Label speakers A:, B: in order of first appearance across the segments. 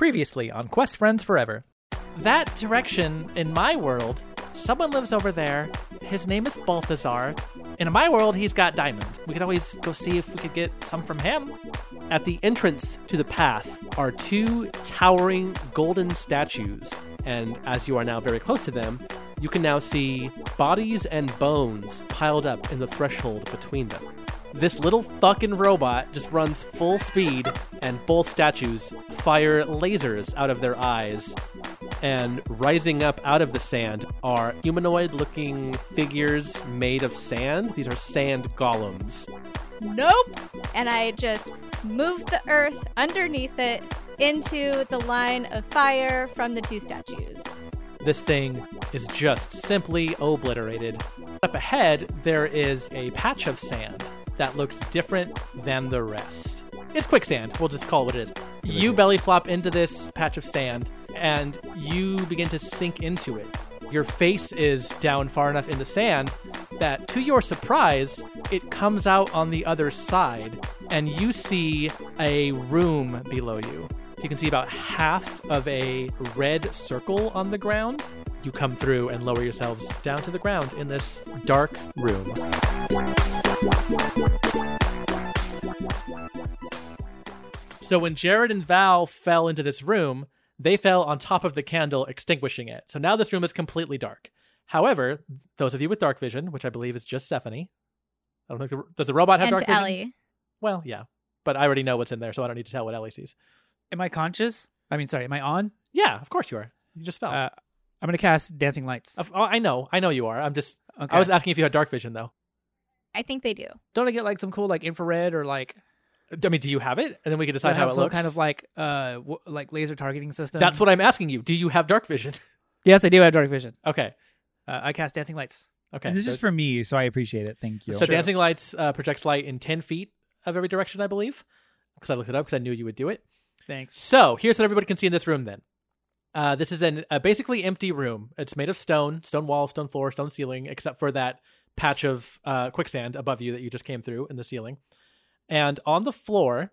A: Previously on Quest Friends Forever. That direction in my world, someone lives over there. His name is Balthazar. And in my world, he's got diamonds. We could always go see if we could get some from him.
B: At the entrance to the path are two towering golden statues, and as you are now very close to them, you can now see bodies and bones piled up in the threshold between them. This little fucking robot just runs full speed, and both statues fire lasers out of their eyes. And rising up out of the sand are humanoid looking figures made of sand. These are sand golems.
C: Nope. And I just moved the earth underneath it into the line of fire from the two statues.
B: This thing is just simply obliterated. Up ahead, there is a patch of sand that looks different than the rest. It's quicksand, we'll just call it what it is. You belly flop into this patch of sand and you begin to sink into it. Your face is down far enough in the sand that, to your surprise, it comes out on the other side and you see a room below you. You can see about half of a red circle on the ground. You come through and lower yourselves down to the ground in this dark room. So when Jared and Val fell into this room, they fell on top of the candle, extinguishing it. So now this room is completely dark. However, those of you with dark vision, which I believe is just Stephanie, I don't think the, does the robot have
C: and
B: dark vision?
C: Ellie.
B: Well, yeah, but I already know what's in there, so I don't need to tell what Ellie sees.
A: Am I conscious? I mean, sorry, am I on?
B: Yeah, of course you are. You just fell.
A: Uh, I'm going to cast Dancing Lights.
B: Of- oh, I know, I know you are. I'm just.
A: Okay.
B: I was asking if you had dark vision, though.
C: I think they do.
A: Don't I get like some cool like infrared or like
B: I mean, do you have it? And then we can
A: do I
B: decide how
A: have
B: it
A: some
B: looks.
A: kind of like uh w- like laser targeting system?
D: um,
B: That's what I'm asking you. Do you have dark vision?
A: Yes, I do have dark vision.
B: okay.
A: Uh, I cast Dancing Lights.
B: Okay.
E: And this
B: so,
E: is for me, so I appreciate it. Thank you.
B: so dancing lights uh, projects light in ten feet of every direction, I believe, because I looked it up because I knew you would do it.
A: Thanks.
B: So here's what everybody can see in this room. Then, uh, this is an, a basically empty room. It's made of stone, stone wall, stone floor, stone ceiling, except for that patch of uh, quicksand above you that you just came through in the ceiling. And on the floor,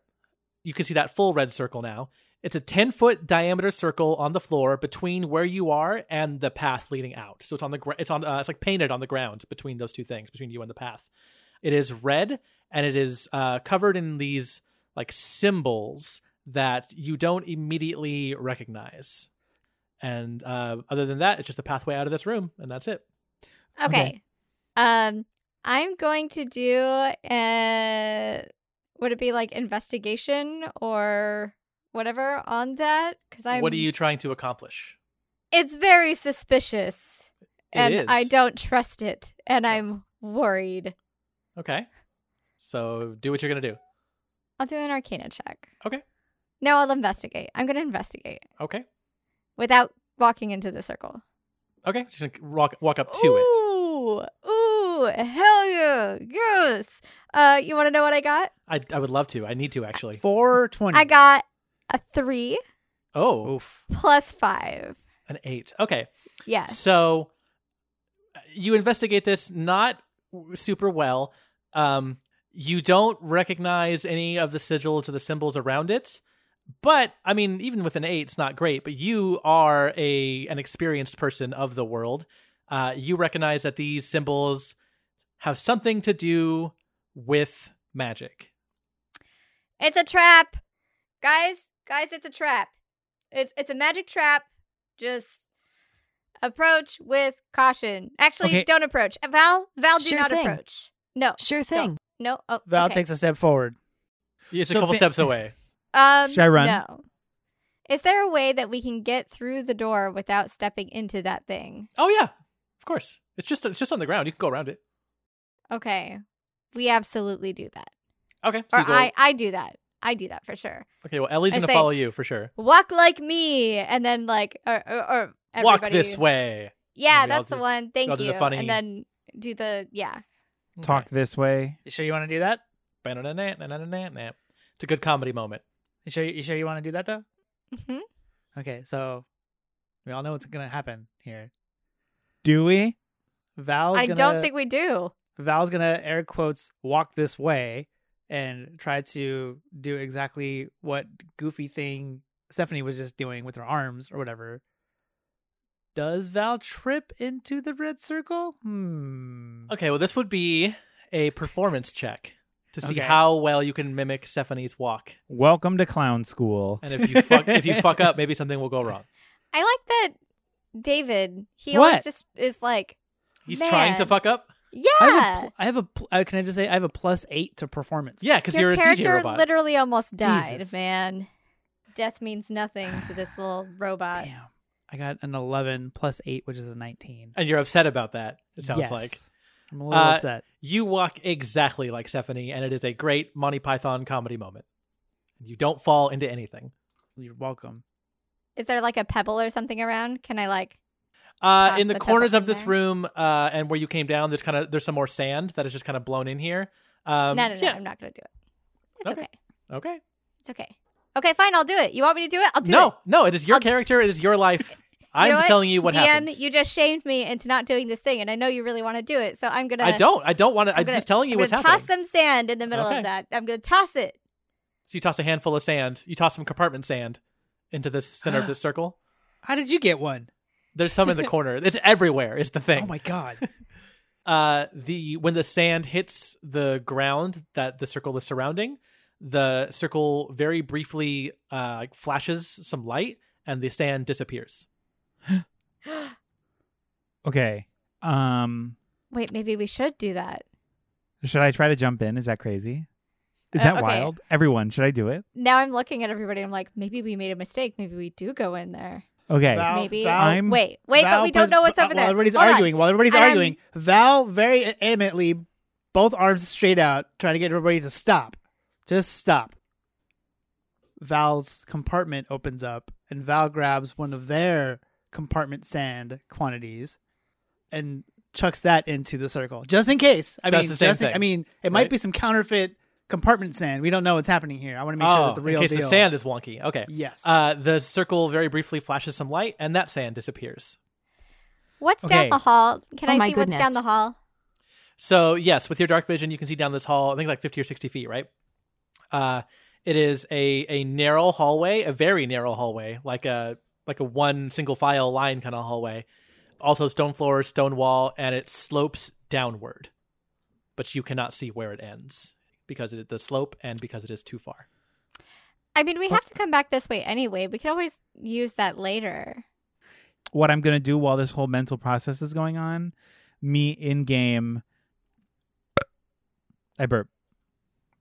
B: you can see that full red circle now. It's a 10 foot diameter circle on the floor between where you are and the path leading out. So it's on the gr- it's on uh, it's like painted on the ground between those two things, between you and the path. It is red and it is uh, covered in these like symbols that you don't immediately recognize. And uh, other than that, it's just the pathway out of this room, and that's it.
C: Okay. Um, I'm going to do uh would it be like investigation or whatever on that? Because I'm.
B: What are you trying to accomplish?
C: It's very suspicious,
B: It
C: and
B: is.
C: I don't trust it, and I'm worried.
B: Okay. So do what you're gonna do.
C: I'll do an Arcana check.
B: Okay.
C: No, I'll investigate. I'm going to investigate
B: Okay.
C: without walking into the circle.
B: Okay. Just like, walk walk up to it.
C: ooh, Ooh, hell yeah, yes. Uh, you want to know what I got?
B: I, I would love to. I need to actually.
E: four twenty.
C: I
D: Mm.
C: got a three
B: Oh,
E: Oof.
C: plus five.
B: an eight. Okay.
C: Yes.
B: So uh, you investigate this not w- super well. Um, you don't recognize any of the sigils or the symbols around it. But I mean, even with an eight, it's not great. But you are a an experienced person of the world. Uh, you recognize that these symbols have something to do with magic.
C: It's a trap. Guys, guys, it's a trap. It's it's a magic trap. Just approach with caution. Actually,
E: Okay.
C: don't approach. Val, Val, do
D: Sure
C: not
D: thing.
C: approach. No.
D: Sure thing.
C: No. Oh,
E: Val
C: okay.
E: takes a step forward.
B: It's a
E: So
B: couple
E: fa-
B: steps away.
C: Um,
E: Should I run?
C: No. Is there a way that we can get through the door without stepping into that thing?
B: Oh yeah, of course. It's just it's just on the ground. You can go around it.
C: Okay. We absolutely do that.
B: Okay. So
C: Or
B: you go,
C: I, I do that. I do that for sure.
B: okay. Well, Ellie's
C: I
B: gonna
C: say-
B: follow you for sure.
C: Walk like me, and then like or or, or
B: Walk
C: everybody-
B: this way.
C: Yeah,
B: And we all
C: that's the
B: do-
C: one. Thank
B: all
C: you.
B: do the funny-
C: And then do the yeah.
E: Talk this way.
A: You sure you want to do that?
B: Ba-na-na-na-na-na-na-na. It's a good comedy moment.
A: You sure you sure you want to do that though?
C: Mhm.
A: Okay, so we all know what's gonna happen here.
E: Do we?
A: Val's
C: I
A: gonna,
C: don't think we do.
A: Val's gonna air quotes walk this way and try to do exactly what goofy thing
D: Stephanie was just doing with her arms or whatever. Does Val trip into the red circle? Hmm.
B: Okay, well, this would be a performance check to see
D: Okay.
B: how well you can mimic Stephanie's walk.
E: Welcome to clown school.
B: And if you fuck, if you fuck up, maybe something will go wrong.
C: I like that David, he
D: What?
C: always just is like,
B: He's trying to
C: Man.
B: fuck up.
C: yeah.
D: I have a pl- I have a pl- uh, can I just say I have a plus eight to performance.
B: Yeah, because you're
C: Your
B: a DJ
C: character
B: robot.
C: literally almost died,
D: Jesus.
C: man. Death means nothing to this little robot.
D: Damn. I got an eleven plus eight, which is a nineteen.
B: and you're upset about that. It sounds
D: Yes.
B: like
D: I'm a little
B: Uh,
D: upset.
B: you walk exactly like Stephanie, and it is a great Monty Python comedy moment. You don't fall into anything.
D: You're welcome.
C: Is there like a pebble or something around? Can I like?
B: Uh,
C: Toss
B: in the,
C: the pebble
B: corners of
C: in
B: this
C: there.
B: room, uh, and where you came down, there's kind of there's some more sand that is just kind of blown in here. Um,
C: no, no, no.
B: yeah.
C: I'm not gonna do it. It's
B: Okay.
C: okay.
B: Okay.
C: It's okay. Okay, fine. I'll do it. You want me to do it? I'll do
B: no,
C: it.
B: no. It is your
C: I'll-
B: character. It is your life. I'm
C: know
B: just
C: what?
B: telling you what
C: DM,
B: happens.
C: you just shamed me into not doing this thing, and I know you really want to do it, so I'm gonna.
B: I don't. I don't want to.
C: I'm
B: I'm,
C: gonna-
B: just telling you
C: I'm
B: what's
C: gonna
B: happening.
C: toss some sand in the middle
B: Okay.
C: of that. I'm gonna toss it.
B: So you toss a handful of sand. You toss some compartment sand into the center of this circle.
D: How did you get one?
B: There's some in the corner. It's everywhere. Is the thing.
D: Oh my god.
B: uh the when the sand hits the ground that the circle is surrounding the circle very briefly uh flashes some light and the sand disappears
E: Okay. Um,
C: Wait, maybe we should do that.
E: should I try to jump in? Is that crazy? Is
C: Uh,
E: that
C: okay.
E: wild? Everyone, should I do it?
C: Now I'm looking at everybody. I'm like, maybe we made a mistake. Maybe we do go in there.
E: Okay.
D: Val-
C: maybe
D: Val-
E: I'm-
C: wait, wait, but
D: Val
C: we don't
D: pres-
C: know what's
D: uh,
C: over
D: While
C: there.
D: everybody's
C: Hold on.
D: arguing, while everybody's
C: And I'm-
D: arguing, Val very adamantly, both arms straight out, trying to get everybody to stop. Just stop. Val's compartment opens up, and Val grabs one of their compartment sand quantities and chucks that into the circle, just in case. I
B: Does
D: mean,
B: the same
D: just in-
B: thing,
D: I mean, it might
B: right?
D: be some counterfeit compartment sand. We don't know what's happening here. I want to make sure that the real
B: Oh, in case
D: deal.
B: the sand is wonky okay
D: Yes.
B: uh the circle very briefly flashes some light and that sand disappears
C: What's
E: Okay.
C: down the hall? Can
F: Oh
C: I
F: my
C: see what's down
F: goodness.
C: the hall?
B: so yes with your dark vision you can see down this hall i think like 50 or 60 feet right uh it is a a narrow hallway a very narrow hallway like a like a one single file line kind of hallway also stone floor stone wall and it slopes downward but you cannot see where it ends because it the slope and because it is too far
C: I mean, we have to come back this way anyway. We can always use that later.
E: what I'm gonna do while this whole mental process is going on, me in game. I burp.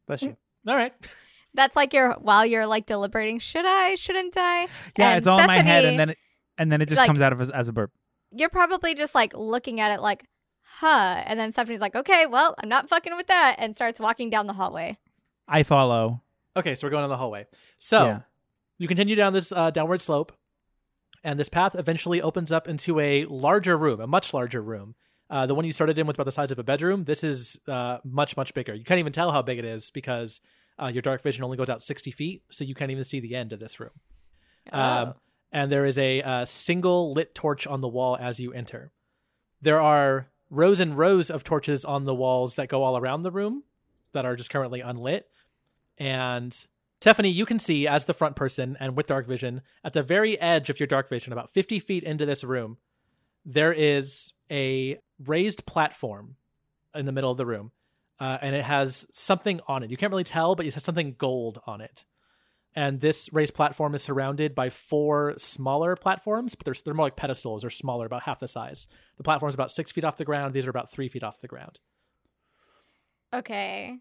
D: Bless you.
B: all right
C: That's like your while you're like deliberating. Should I? Shouldn't I?
E: Yeah,
C: And
E: it's all in my head,
C: Stephanie-
E: and then it, and then it just
C: like-
E: comes out of us as a burp.
C: You're probably just like looking at it like, huh? And then Stephanie's like, okay, well, I'm not fucking with that, and starts walking down the hallway.
E: I follow.
B: okay so we're going down the hallway so
E: Yeah.
B: you continue down this uh, downward slope and this path eventually opens up into a larger room a much larger room uh, the one you started in with about the size of a bedroom this is uh, much much bigger you can't even tell how big it is because uh, your dark vision only goes out 60 feet so you can't even see the end of this room um, and there is a uh, single lit torch on the wall as you enter there are rows and rows of torches on the walls that go all around the room that are just currently unlit and Stephanie, you can see as the front person and with dark vision, at the very edge of your dark vision, about 50 feet into this room, there is a raised platform in the middle of the room. Uh, and it has something on it. You can't really tell, but it has something gold on it. And this raised platform is surrounded by four smaller platforms, but they're, they're more like pedestals or smaller, about half the size. The platform's about six feet off the ground. These are about three feet off the ground.
C: Okay.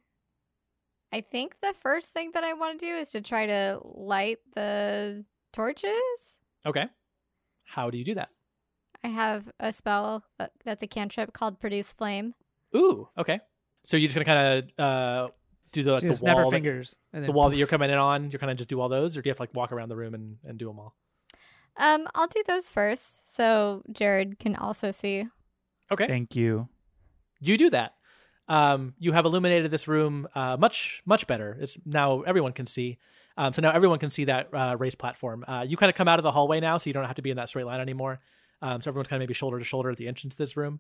C: I think the first thing that I want to do is to try to light the torches.
B: Okay. How do you do that?
C: I have a spell uh, that's a cantrip called Produce Flame.
B: Ooh, okay. So you're just gonna kind of uh, do the, like, the
D: Just snap her
B: wall, that,
D: fingers. and
B: the
D: then
B: wall
D: poof.
B: that you're coming in on. You're kind of just do all those, or do you have to like walk around the room and, and do them all?
C: Um, I'll do those first, so Jared can also see.
B: Okay,
E: Thank you.
B: you do that. Um, you have illuminated this room uh, much much better. It's now everyone can see. Um, so now everyone can see that uh, race platform. Uh, you kind of come out of the hallway now, so you don't have to be in that straight line anymore. Um, so everyone's kind of maybe shoulder to shoulder at the entrance to this room.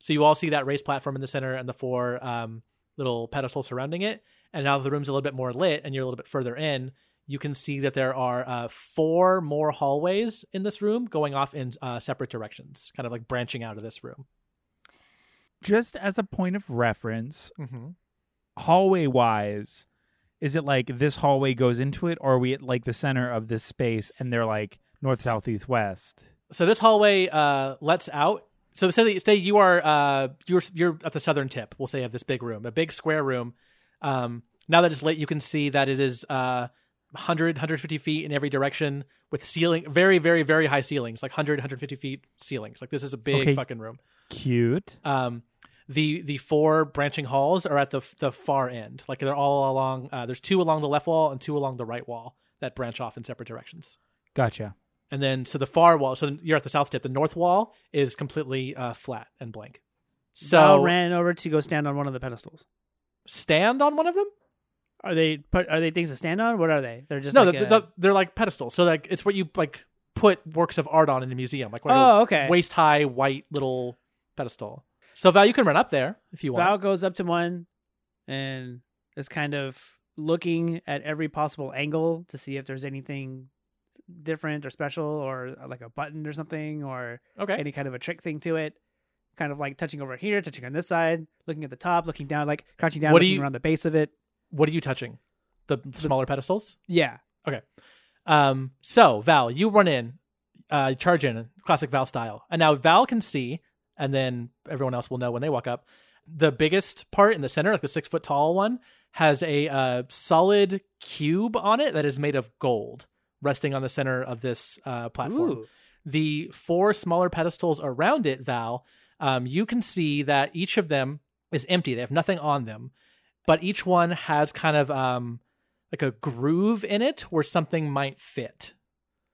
B: So you all see that race platform in the center and the four um, little pedestals surrounding it. And now the room's a little bit more lit, and you're a little bit further in. you can see that there are uh, four more hallways in this room going off in uh, separate directions, kind of like branching out of this room.
E: Just as a point of reference,
B: Mm-hmm.
E: hallway wise, is it like this hallway goes into it, or are we at like the center of this space and they're like north, south, east, west?
B: So this hallway uh, lets out. So say, say you are uh, you're you're at the southern tip. We'll say of this big room, a big square room. Um, now that it's late, you can see that it is uh, 100, 150 feet in every direction with ceiling, very, very, very high ceilings, like 100, 150 feet ceilings. Like this is a big
E: Okay.
B: fucking room.
E: Cute.
B: Um, the the four branching halls are at the the far end. Like they're all along. Uh, there's two along the left wall and two along the right wall that branch off in separate directions.
E: Gotcha.
B: And then so the far wall. So you're at the south tip. The north wall is completely uh, flat and blank. So
D: Val ran over to go stand on one of the pedestals.
B: stand on one of them.
D: Are they put? Are they things to stand on? What are they? They're just
B: no,
D: like
B: the-
D: a-
B: the- they're like pedestals. So like it's what you like put works of art on in a museum, like what
D: oh okay.
B: waist high white little pedestal. So Val, you can run up there if you want.
D: Val goes up to one and is kind of looking at every possible angle to see if there's anything different or special or uh, like a button or something or
B: okay.
D: any kind of a trick thing to it. Kind of like touching over here, touching on this side, looking at the top, looking down, like crouching down,
B: What do
D: looking
B: you-
D: around the base of it.
B: what are you touching? The smaller pedestals.
D: Yeah.
B: Um, so Val, you run in, uh, charge in, classic Val style, and now Val can see, and then everyone else will know when they walk up. The biggest part in the center, like the six foot tall one, has a uh, solid cube on it that is made of gold, resting on the center of this uh, platform
D: Ooh.
B: the four smaller pedestals around it, Val, um, you can see that each of them is empty. They have nothing on them, but each one has kind of um, like a groove in it where something might fit.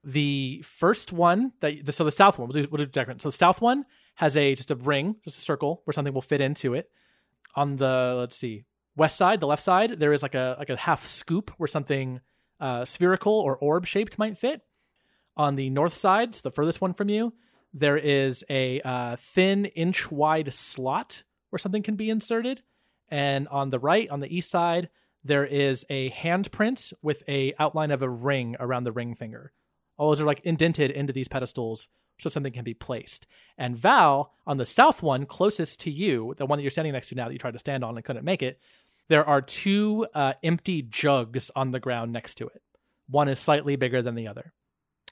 B: The first one that so the south one we'll do, we'll do different. So south one has a just a ring, just a circle where something will fit into it. On the let's see west side, the left side, there is like a like a half scoop where something uh, spherical or orb shaped might fit on the north side, so the furthest one from you, there is a uh, thin inch wide slot where something can be inserted. And on the right, on the east side, there is a handprint with a outline of a ring around the ring finger. All those are like indented into these pedestals so something can be placed. And Val, on the south one closest to you, the one that you're standing next to now that you tried to stand on and couldn't make it, there are two uh, empty jugs on the ground next to it. One is slightly bigger than the other.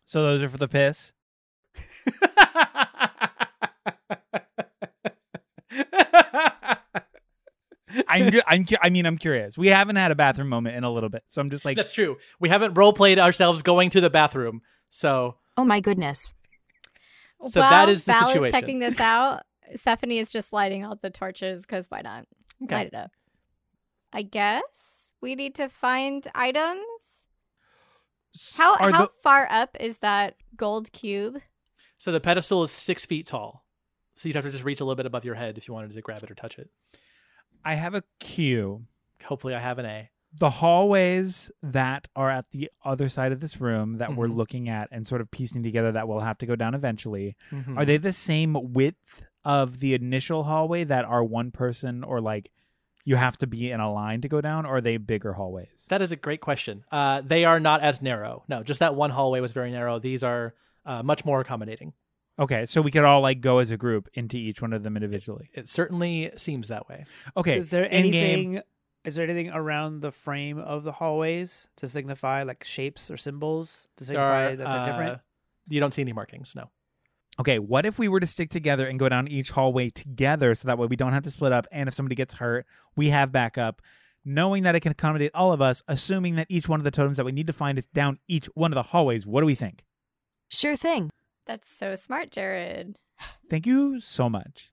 E: So those are for the piss. I'm, ju- I'm, cu- I mean, I'm curious. We haven't had a bathroom moment in a little bit, so I'm just like,
B: That's true. We haven't role played ourselves going to the bathroom. So
F: Oh my goodness.
B: So
C: While
B: that is the
C: Val
B: situation.
C: is checking this out. Stephanie is just lighting all the torches because why not?
B: Okay.
C: Light it up. I guess we need to find items.
E: "S-
C: How
E: are
C: how
E: the-
C: far up is that gold cube?
B: so the pedestal is six feet tall. So you'd have to just reach a little bit above your head if you wanted to grab it or touch it.
E: I have a cue.
B: Hopefully I have an A.
E: The hallways that are at the other side of this room that we're
B: Mhm.
E: looking at and sort of piecing together that we'll have to go down eventually.
D: Mm-hmm.
E: Are they the same width of the initial hallway that are one person or like you have to be in a line to go down? Or are they bigger hallways?
B: That is a great question. Uh, they are not as narrow. No, just that one hallway was very narrow. These are uh, much more accommodating.
E: okay, so we could all like go as a group into each one of them individually.
B: It certainly seems that way.
E: Okay,
D: Is there
E: in game-
D: anything? Is there anything around the frame of the hallways to signify like shapes or symbols to
B: There
D: signify
B: are,
D: that they're different?
B: uh, You don't see any markings. No.
E: Okay, what if we were to stick together and go down each hallway together so that way we don't have to split up and if somebody gets hurt, we have backup, knowing that it can accommodate all of us, assuming that each one of the totems that we need to find is down each one of the hallways. What do we think?
F: Sure thing.
C: That's so smart, Jared.
E: Thank you so much.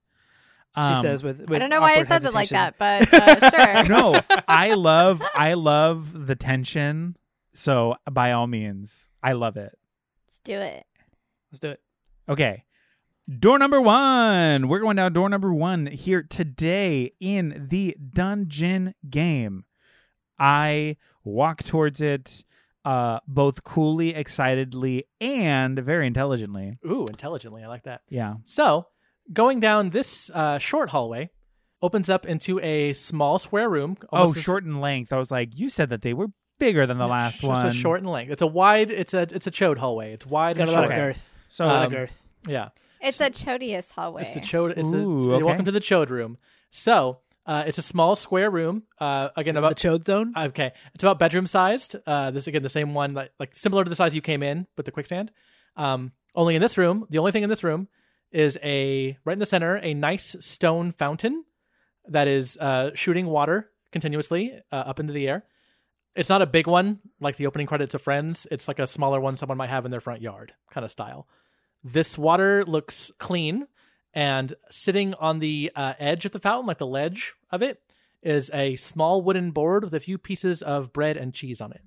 D: she
E: Um,
D: says with, with
C: I don't know why I
D: awkward
C: said it like
D: hesitation.
C: that, but uh, sure.
E: No, I love I love the tension. So by all means, I love it.
C: Let's do it.
D: Let's do it.
E: Okay. Door number one. We're going down door number one here today in the dungeon game. I walk towards it uh, both coolly, excitedly, and very intelligently.
B: Ooh, intelligently. I like that.
E: Yeah.
B: So, going down this uh, short hallway opens up into a small square room.
E: Oh,
B: almost as-
D: Oh,
E: short in length. I was like, you said that they were bigger than the last
B: So
E: one.
B: It's a short in length. It's a wide. It's a it's a chode hallway. It's wide
D: It's got
B: and
D: a lot of
B: short.
D: girth.
E: So
D: a lot of
B: Um,
D: girth.
B: Yeah,
C: It's a Chodius hallway.
B: it's the chode. It's
E: Ooh,
B: the
E: okay.
B: welcome to the chode room. So uh, it's a small square room. Uh, again,
D: Is it
B: about
D: the chode zone?
B: Okay, it's about bedroom sized. Uh, this again, the same one, like, like similar to the size you came in with the quicksand. Um, only in this room, the only thing in this room is a right in the center, a nice stone fountain that is uh, shooting water continuously uh, up into the air. It's not a big one like the opening credits of Friends. It's like a smaller one someone might have in their front yard, kind of style. This water looks clean, and sitting on the uh, edge of the fountain, like the ledge of it, is a small wooden board with a few pieces of bread and cheese on it.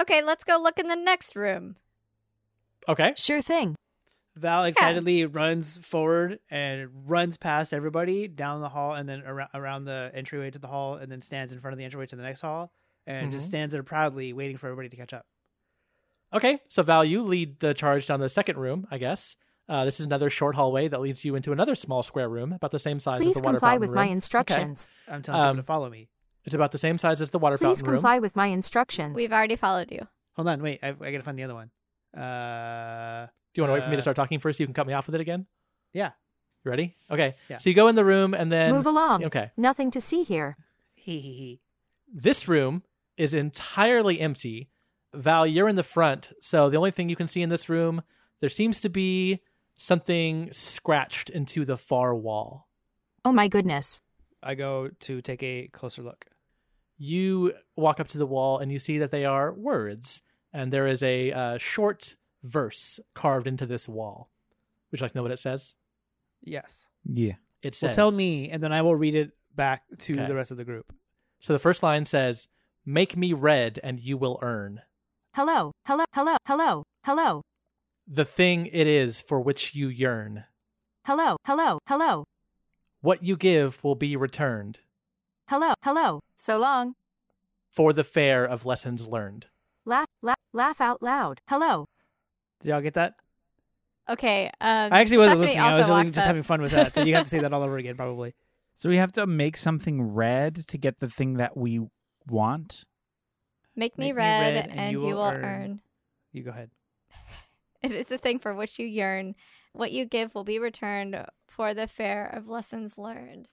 C: okay, let's go look in the next room.
B: Okay.
F: Sure thing.
D: Val excitedly runs forward and runs past everybody down the hall and then around, around the entryway to the hall and then stands in front of the entryway to the next hall and just
B: Mhm.
D: stands there proudly waiting for everybody to catch up.
B: Okay. So Val, you lead the charge down the second room, I guess. Uh, this is another short hallway that leads you into another small square room, about the same size as
F: Please
B: the water
F: comply
B: fountain
F: with
B: room.
F: my instructions.
D: I'm telling
B: Um,
D: people to follow me.
B: It's about the same size as the water
F: Please
B: fountain
F: comply with my instructions.
C: We've already followed you.
D: Hold on, wait. I, I gotta find the other one. Uh,
B: room. Do you want to wait for me
D: uh,
B: to start talking first so you can cut me off with it again?
D: yeah.
B: You ready? Okay.
D: Yeah.
B: So you go in the room and then
F: Move along.
B: Okay.
F: Nothing to see here.
D: Hee hee hee.
B: This room is entirely empty. Val, you're in the front, so the only thing you can see in this room, there seems to be something scratched into the far wall.
F: Oh my goodness.
D: I go to take a closer look.
B: You walk up to the wall and you see that they are words, and there is a uh, short verse carved into this wall. Would you like to know what it says?
D: Yes.
E: yeah.
B: It says,
D: Well, tell me, and then I will read it back to
B: Okay.
D: the rest of the group.
B: So the first line says, "Make me red, and you will earn."
F: Hello. Hello. Hello. Hello. Hello.
B: The thing it is for which you yearn.
F: Hello. Hello. Hello.
B: What you give will be returned.
F: Hello. Hello. So long.
B: for the fair of lessons learned.
F: Laugh. Laugh. Laugh out loud. Hello.
D: Did y'all get that?
C: Okay. Um,
D: I actually wasn't
C: Stephanie
D: listening. I was
C: also
D: really
C: walks
D: just
C: up.
D: having fun with that. So you have to say that all over again, probably.
E: So we have to make something red to get the thing that we want.
C: Make me red, and, you will earn.
D: You go ahead.
C: It is the thing for which you yearn. What you give will be returned for the fair of lessons learned.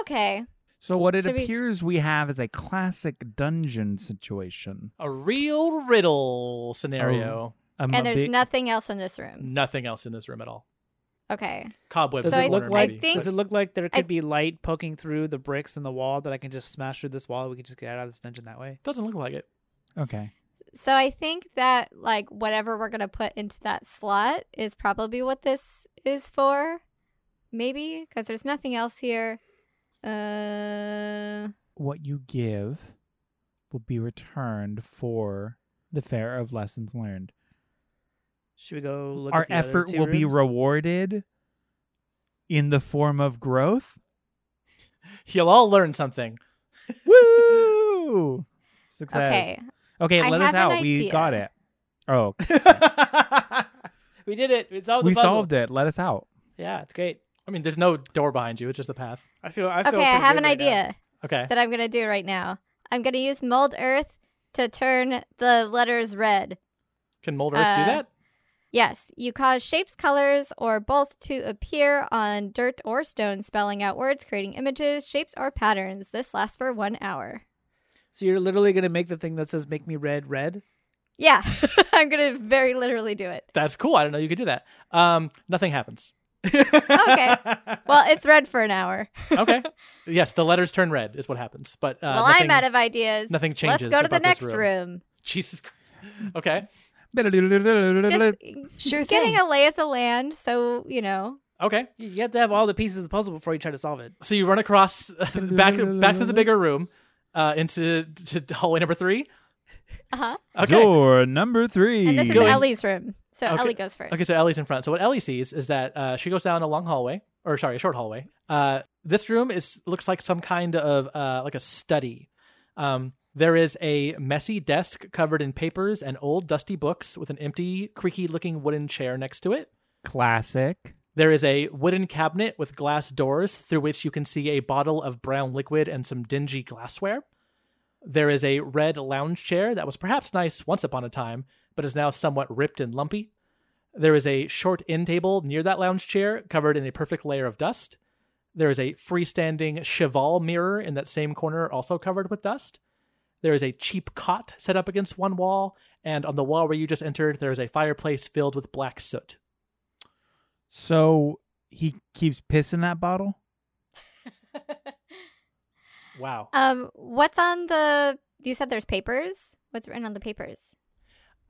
C: Okay.
E: So what it
C: Should we-
E: appears we have is a classic dungeon situation.
B: A real riddle scenario.
E: Um, a
C: and there's
E: big-
C: nothing else in this room.
B: Nothing else in this room at all.
C: Okay.
B: Cobwebs.
D: Does
C: So
B: in the
C: I-
D: it look
B: corner,
D: like
B: maybe.
C: think-
D: does it look like there
C: I-
D: could be light poking through the bricks in the wall that I can just smash through this wall? We could just get out of this dungeon that way.
B: Doesn't look like it.
E: Okay.
C: So I think that like whatever we're gonna put into that slot is probably what this is for, maybe because there's nothing else here. Uh,
E: What you give will be returned for the fair of lessons learned.
D: Should we go look
E: Our
D: at the other
E: effort
D: two
E: will be
D: rooms?
E: rewarded in the form of growth.
B: You'll all learn something.
E: Woo! Success.
C: okay.
E: Okay,
C: I
E: let us
C: have an
E: out. We
C: idea.
E: got it. Oh,
D: we did it. We solved Oh, the
E: we
D: puzzle.
E: solved it. Let us out.
D: Yeah, it's great.
B: I mean, there's no door behind you. It's just a path.
D: I feel I feel
C: Okay. I
D: pretty
C: have
D: good
C: an
D: right now.
C: idea
B: Okay.
C: that I'm gonna do right now. I'm gonna use mold earth to turn the letters red.
B: Can Mold Earth do
C: Uh,
B: that?
C: Yes, you cause shapes, colors, or both to appear on dirt or stone, spelling out words, creating images, shapes, or patterns. This lasts for one hour.
D: So you're literally going to make the thing that says "Make me red, red."
C: Yeah, I'm gonna very literally do it.
B: That's cool. I don't know you could do that. Um, nothing happens.
C: Okay. Well, it's red for an hour.
B: Okay. yes, the letters turn red is what happens. But uh,
C: well,
B: nothing,
C: I'm out of ideas.
B: nothing changes
C: Let's go to the
B: about this
C: next
B: room.
C: room.
B: Jesus Christ. Okay.
C: Just
F: Sure
C: getting
F: thing.
C: a lay of the land, so you know.
B: Okay.
D: You- You have to have all the pieces of the puzzle before you try to solve it.
B: So you run across back back to the bigger room, uh, into to hallway number three.
C: Uh huh.
B: Okay.
E: Door number three.
C: And this is
B: Going-
C: Ellie's room, so
B: Okay.
C: Ellie goes first.
B: Okay, so Ellie's in front. So what Ellie sees is that uh, she goes down a long hallway, or sorry, a short hallway. Uh, this room is looks like some kind of uh, like a study. Um, there is a messy desk covered in papers and old dusty books with an empty, creaky-looking wooden chair next to it.
E: Classic.
B: There is a wooden cabinet with glass doors through which you can see a bottle of brown liquid and some dingy glassware. There is a red lounge chair that was perhaps nice once upon a time, but is now somewhat ripped and lumpy. There is a short end table near that lounge chair covered in a perfect layer of dust. There is a freestanding cheval mirror in that same corner, also covered with dust. There is a cheap cot set up against one wall, and on the wall where you just entered, there is a fireplace filled with black soot.
E: So he keeps pissing that bottle.
B: Wow.
C: Um, what's on the? You said there's papers. What's written on the papers?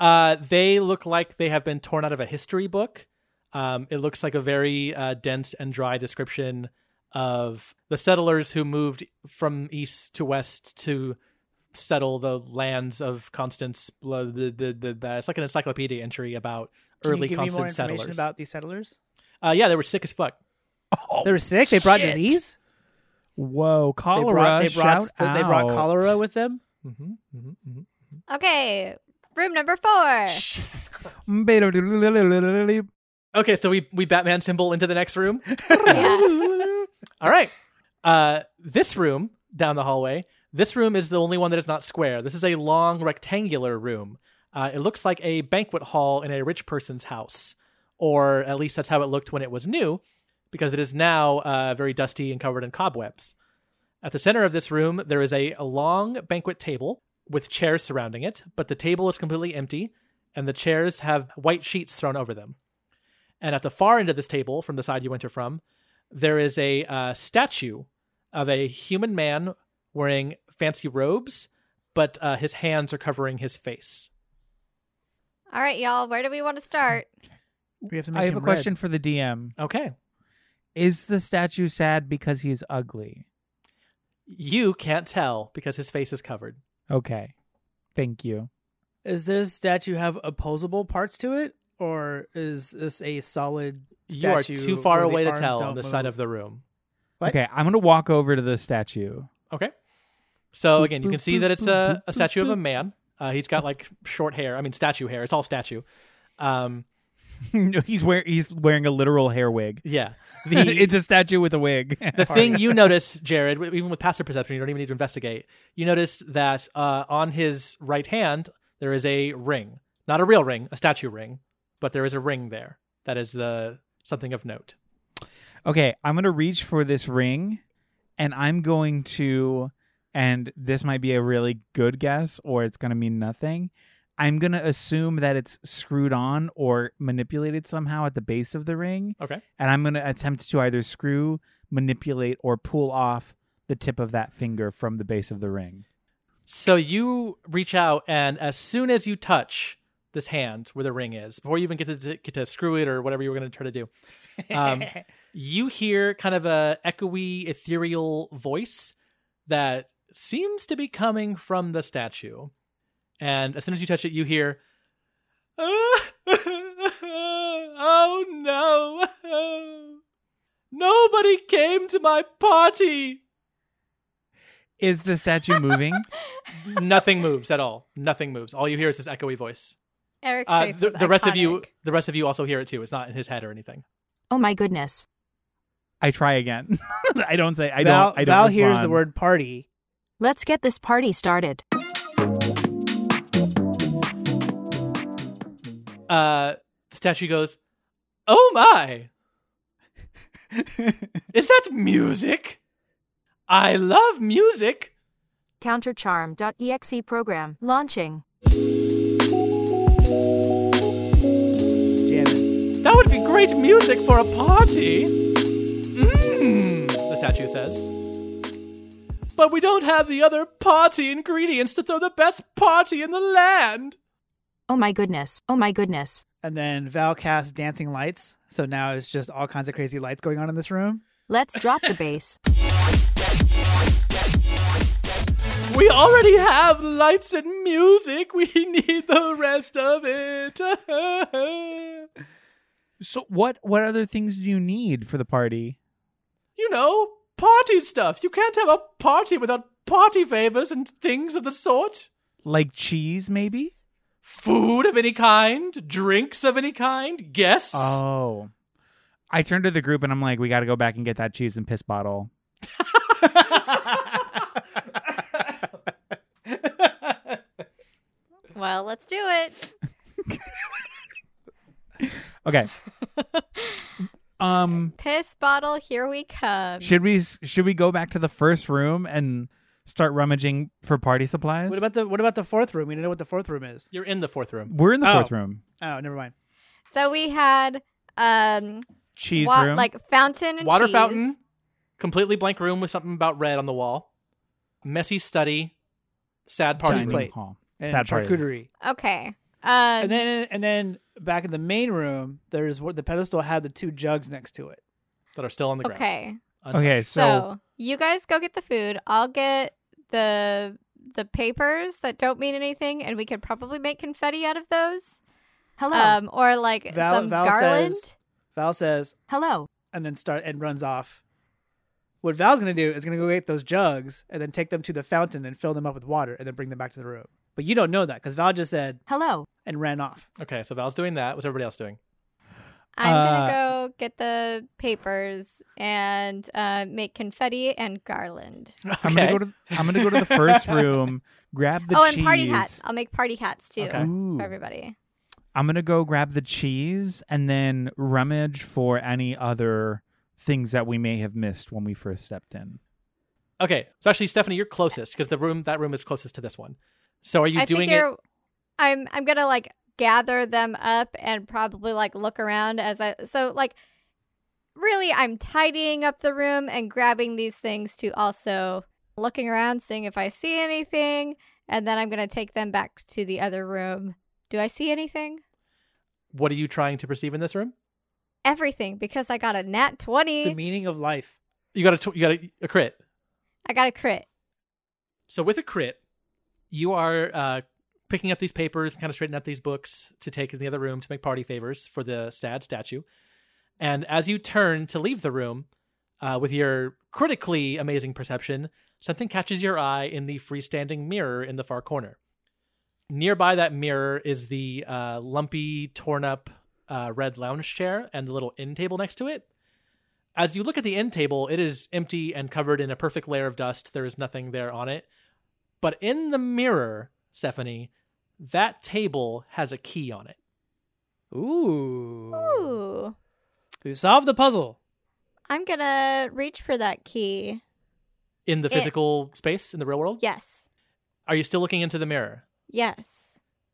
B: Uh, they look like they have been torn out of a history book. Um, it looks like a very uh, dense and dry description of the settlers who moved from east to west to settle the lands of Constance. Blah, blah, blah, blah, blah. It's like an encyclopedia entry about
D: Can
B: early
D: you give me more
B: Constance
D: information
B: settlers.
D: about these settlers? Oh,
B: uh, yeah, they were sick as fuck.
D: they were sick. They brought
C: shit.
D: disease.
E: Whoa,
D: They
E: cholera!
D: brought, they brought,
E: shout
D: they brought
E: out.
D: cholera with them.
B: Mm-hmm, mm-hmm, mm-hmm.
C: Okay, room number four.
B: Okay, so we we Batman symbol into the next room.
C: yeah.
B: All right. Uh, this room down the hallway. This room is the only one that is not square. This is a long rectangular room. Uh, it looks like a banquet hall in a rich person's house, or at least that's how it looked when it was new, because it is now uh, very dusty and covered in cobwebs. At the center of this room, there is a long banquet table with chairs surrounding it, but the table is completely empty, and the chairs have white sheets thrown over them. And at the far end of this table, from the side you enter from, there is a uh, statue of a human man wearing fancy robes, but uh, his hands are covering his face.
C: All right, y'all. Where do we want to start?
B: Uh,
D: We have to make
E: I have a
D: him
E: question for the DM.
B: Okay.
E: Is the statue sad because he's ugly?
B: You can't tell because his face is covered.
E: Okay, thank you.
D: red. Is this statue have opposable parts to it, or is this a solid? Statue
B: you are too far
D: where the
B: away to
D: arms
B: tell
D: don't
B: on the side
D: move?
B: of the room.
D: What?
E: Okay, I'm gonna walk over to the statue.
B: Okay. So again, you can see that it's a, a statue of a man. Uh, he's got like short hair. I mean, statue hair. It's all statue. Um,
E: No, he's wear he's wearing a literal hair wig.
B: yeah. The,
E: it's a statue with a wig.
B: the thing you notice, Jared, w- even with passive perception, you don't even need to investigate. You notice that uh, on his right hand there is a ring, not a real ring, a statue ring, but there is a ring there. That is the something of note.
E: okay, I'm gonna reach for this ring, and I'm going to, and this might be a really good guess, or it's gonna mean nothing. I'm gonna assume that it's screwed on or manipulated somehow at the base of the ring,
B: Okay.
E: and I'm gonna attempt to either screw, manipulate, or pull off the tip of that finger from the base of the ring.
B: So you reach out, and as soon as you touch this hand where the ring is, before you even get to get to screw it or whatever you were going to try to do, um, you hear kind of a echoey, ethereal voice that seems to be coming from the statue. And as soon as you touch it, you hear, "Ah, "Oh no! Nobody came to my party."
E: Is the statue moving?
B: Nothing moves at all. Nothing moves. All you hear is this echoey voice.
C: Eric's
B: Uh,
C: face
B: the,
C: was
B: the rest of you,
C: iconic.
B: the rest of you also hear it too. It's not in his head or anything.
F: Oh my goodness.
E: I try again. I don't say. I
D: Val,
E: don't. I don't
D: Val hears the
E: respond.
D: word party.
F: Let's get this party started.
B: Uh, the statue goes, "Oh my! Is that music? I love music."
F: Countercharm.exe program launching.
D: Jam it.
B: That would be great music for a party. Mmm, the statue says. But we don't have the other party ingredients to throw the best party in the land.
F: Oh my goodness. Oh my goodness.
D: And then Val casts dancing lights. So now it's just all kinds of crazy lights going on in this room.
F: Let's drop the bass.
B: We already have lights and music. We need the rest of it.
E: So what what other things do you need for the party?
B: you know, party stuff. You can't have a party without party favors and things of the sort.
E: Like cheese maybe?
B: Food of any kind, drinks of any kind, guests.
E: Oh. I turned to the group and I'm like, we got to go back and get that cheese and piss bottle.
C: Well, let's do it.
E: Okay. um
C: Piss bottle, here we come.
E: should we should we go back to the first room and start rummaging for party supplies?
D: What about the what about the fourth room? We don't know what the fourth room is.
B: You're in the fourth room.
E: We're in the
D: Oh.
E: fourth room.
D: Oh, never mind.
C: so we had um
E: Cheese
C: wa-
E: room.
C: like fountain and
B: Water
C: cheese.
B: fountain, completely blank room with something about red on the wall. Messy study, sad party
D: Dining.
B: room.
D: plate.
E: hall.
D: And
E: Sad party.
D: charcuterie.
C: Okay. Um
D: And then and then back in the main room, there's where the pedestal had the two jugs next to it.
B: that are still on the ground.
C: okay.
B: Untouched.
E: Okay,
C: So,
E: so,
C: you guys go get the food. I'll get the the papers that don't mean anything and we could probably make confetti out of those.
F: Hello.
C: Um or like
D: Oh. Val-
C: some
D: Val
C: garland.
D: says- Val says,
F: Hello.
D: and then start and runs off. What Val's gonna do is gonna go get those jugs and then take them to the fountain and fill them up with water and then bring them back to the room. But you don't know that because Val just said
F: Hello.
D: and ran off.
B: Okay, so Val's doing that. What's everybody else doing?
C: I'm
E: Uh,
C: gonna go get the papers and uh, make confetti and garland.
E: I'm gonna
B: Okay.
E: go to I'm gonna go to the first room, grab the
C: oh,
E: cheese.
C: and party hats. I'll make party hats too
B: Okay.
E: Ooh.
C: for everybody.
E: I'm gonna go grab the cheese and then rummage for any other things that we may have missed when we first stepped in.
B: Okay, so actually, Stephanie, you're closest because the room that room is closest to this one. So are you
C: I
B: doing
C: figure
B: it?
C: I'm I'm gonna like gather them up and probably like look around as I so like really I'm tidying up the room and grabbing these things to also looking around, seeing if I see anything, and then I'm gonna take them back to the other room. Do I see anything?
B: What are you trying to perceive in this room?
C: Everything because I got a nat twenty.
D: The meaning of life.
B: You got a tw- you got a, a crit.
C: I got a crit.
B: So with a crit, you are uh, picking up these papers, kind of straightening up these books to take in the other room to make party favors for the sad statue. And as you turn to leave the room, uh, with your critically amazing perception, something catches your eye in the freestanding mirror in the far corner. Nearby that mirror is the uh, lumpy, torn up uh, red lounge chair and the little end table next to it. As you look at the end table, it is empty and covered in a perfect layer of dust. There is nothing there on it. But in the mirror, Stephanie, that table has a key on it.
D: Ooh.
C: Ooh.
D: We solved the puzzle.
C: I'm gonna reach for that key.
B: In the
C: It-
B: physical space, in the real world?
C: Yes.
B: Are you still looking into the mirror?
C: Yes.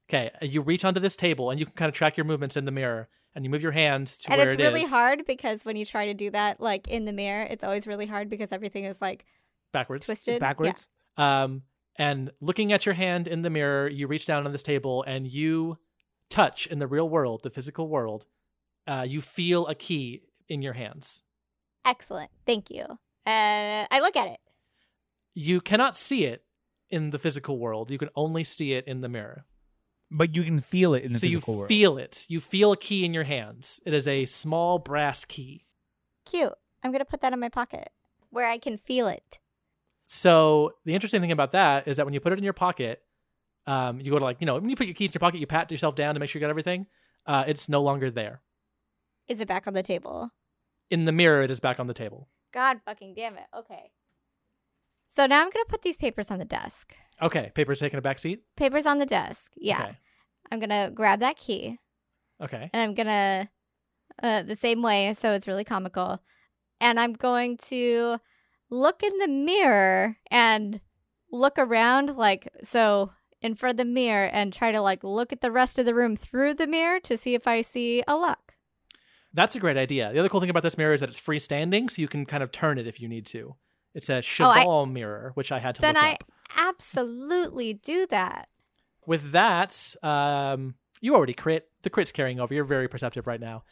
B: Okay. You reach onto this table and you can kind of track your movements in the mirror and you move your hand to
C: and
B: where
C: it's
B: it
C: really
B: is,
C: hard because when you try to do that, like in the mirror, it's always really hard because everything is like
B: backwards.
C: twisted.
D: Backwards.
B: Um, and looking at your hand in the mirror, you reach down on this table and you touch in the real world, the physical world. Uh, you feel a key in your hands.
C: Yeah. Excellent. Thank you. Uh, I look at it.
B: You cannot see it in the physical world. You can only see it in the mirror.
E: But you can feel it in the
B: so you
E: physical world.
B: feel it. You feel a key in your hands. It is a small brass key.
C: Cute. I'm gonna put that in my pocket where I can feel it.
B: So the interesting thing about that is that when you put it in your pocket, um, you go to like you know when you put your keys in your pocket, you pat yourself down to make sure you got everything. Uh, it's no longer there.
C: Is it back on the table?
B: In the mirror, it is back on the table.
C: God fucking damn it. Okay. So now I'm gonna put these papers on the desk.
B: Okay, paper's taking a back seat.
C: Papers on the desk. Yeah.
B: Okay.
C: I'm gonna grab that key.
B: okay.
C: and I'm gonna uh, the same way, so it's really comical. And I'm going to look in the mirror and look around, like so, in front of the mirror, and try to like look at the rest of the room through the mirror to see if I see a lock.
B: That's a great idea. The other cool thing about this mirror is that it's freestanding, so you can kind of turn it if you need to. It's a
C: Oh, I-
B: cheval mirror, which I had to
C: Then
B: look
C: I
B: up.
C: absolutely do that.
B: With that, um, you already crit. The crit's carrying over. You're very perceptive right now.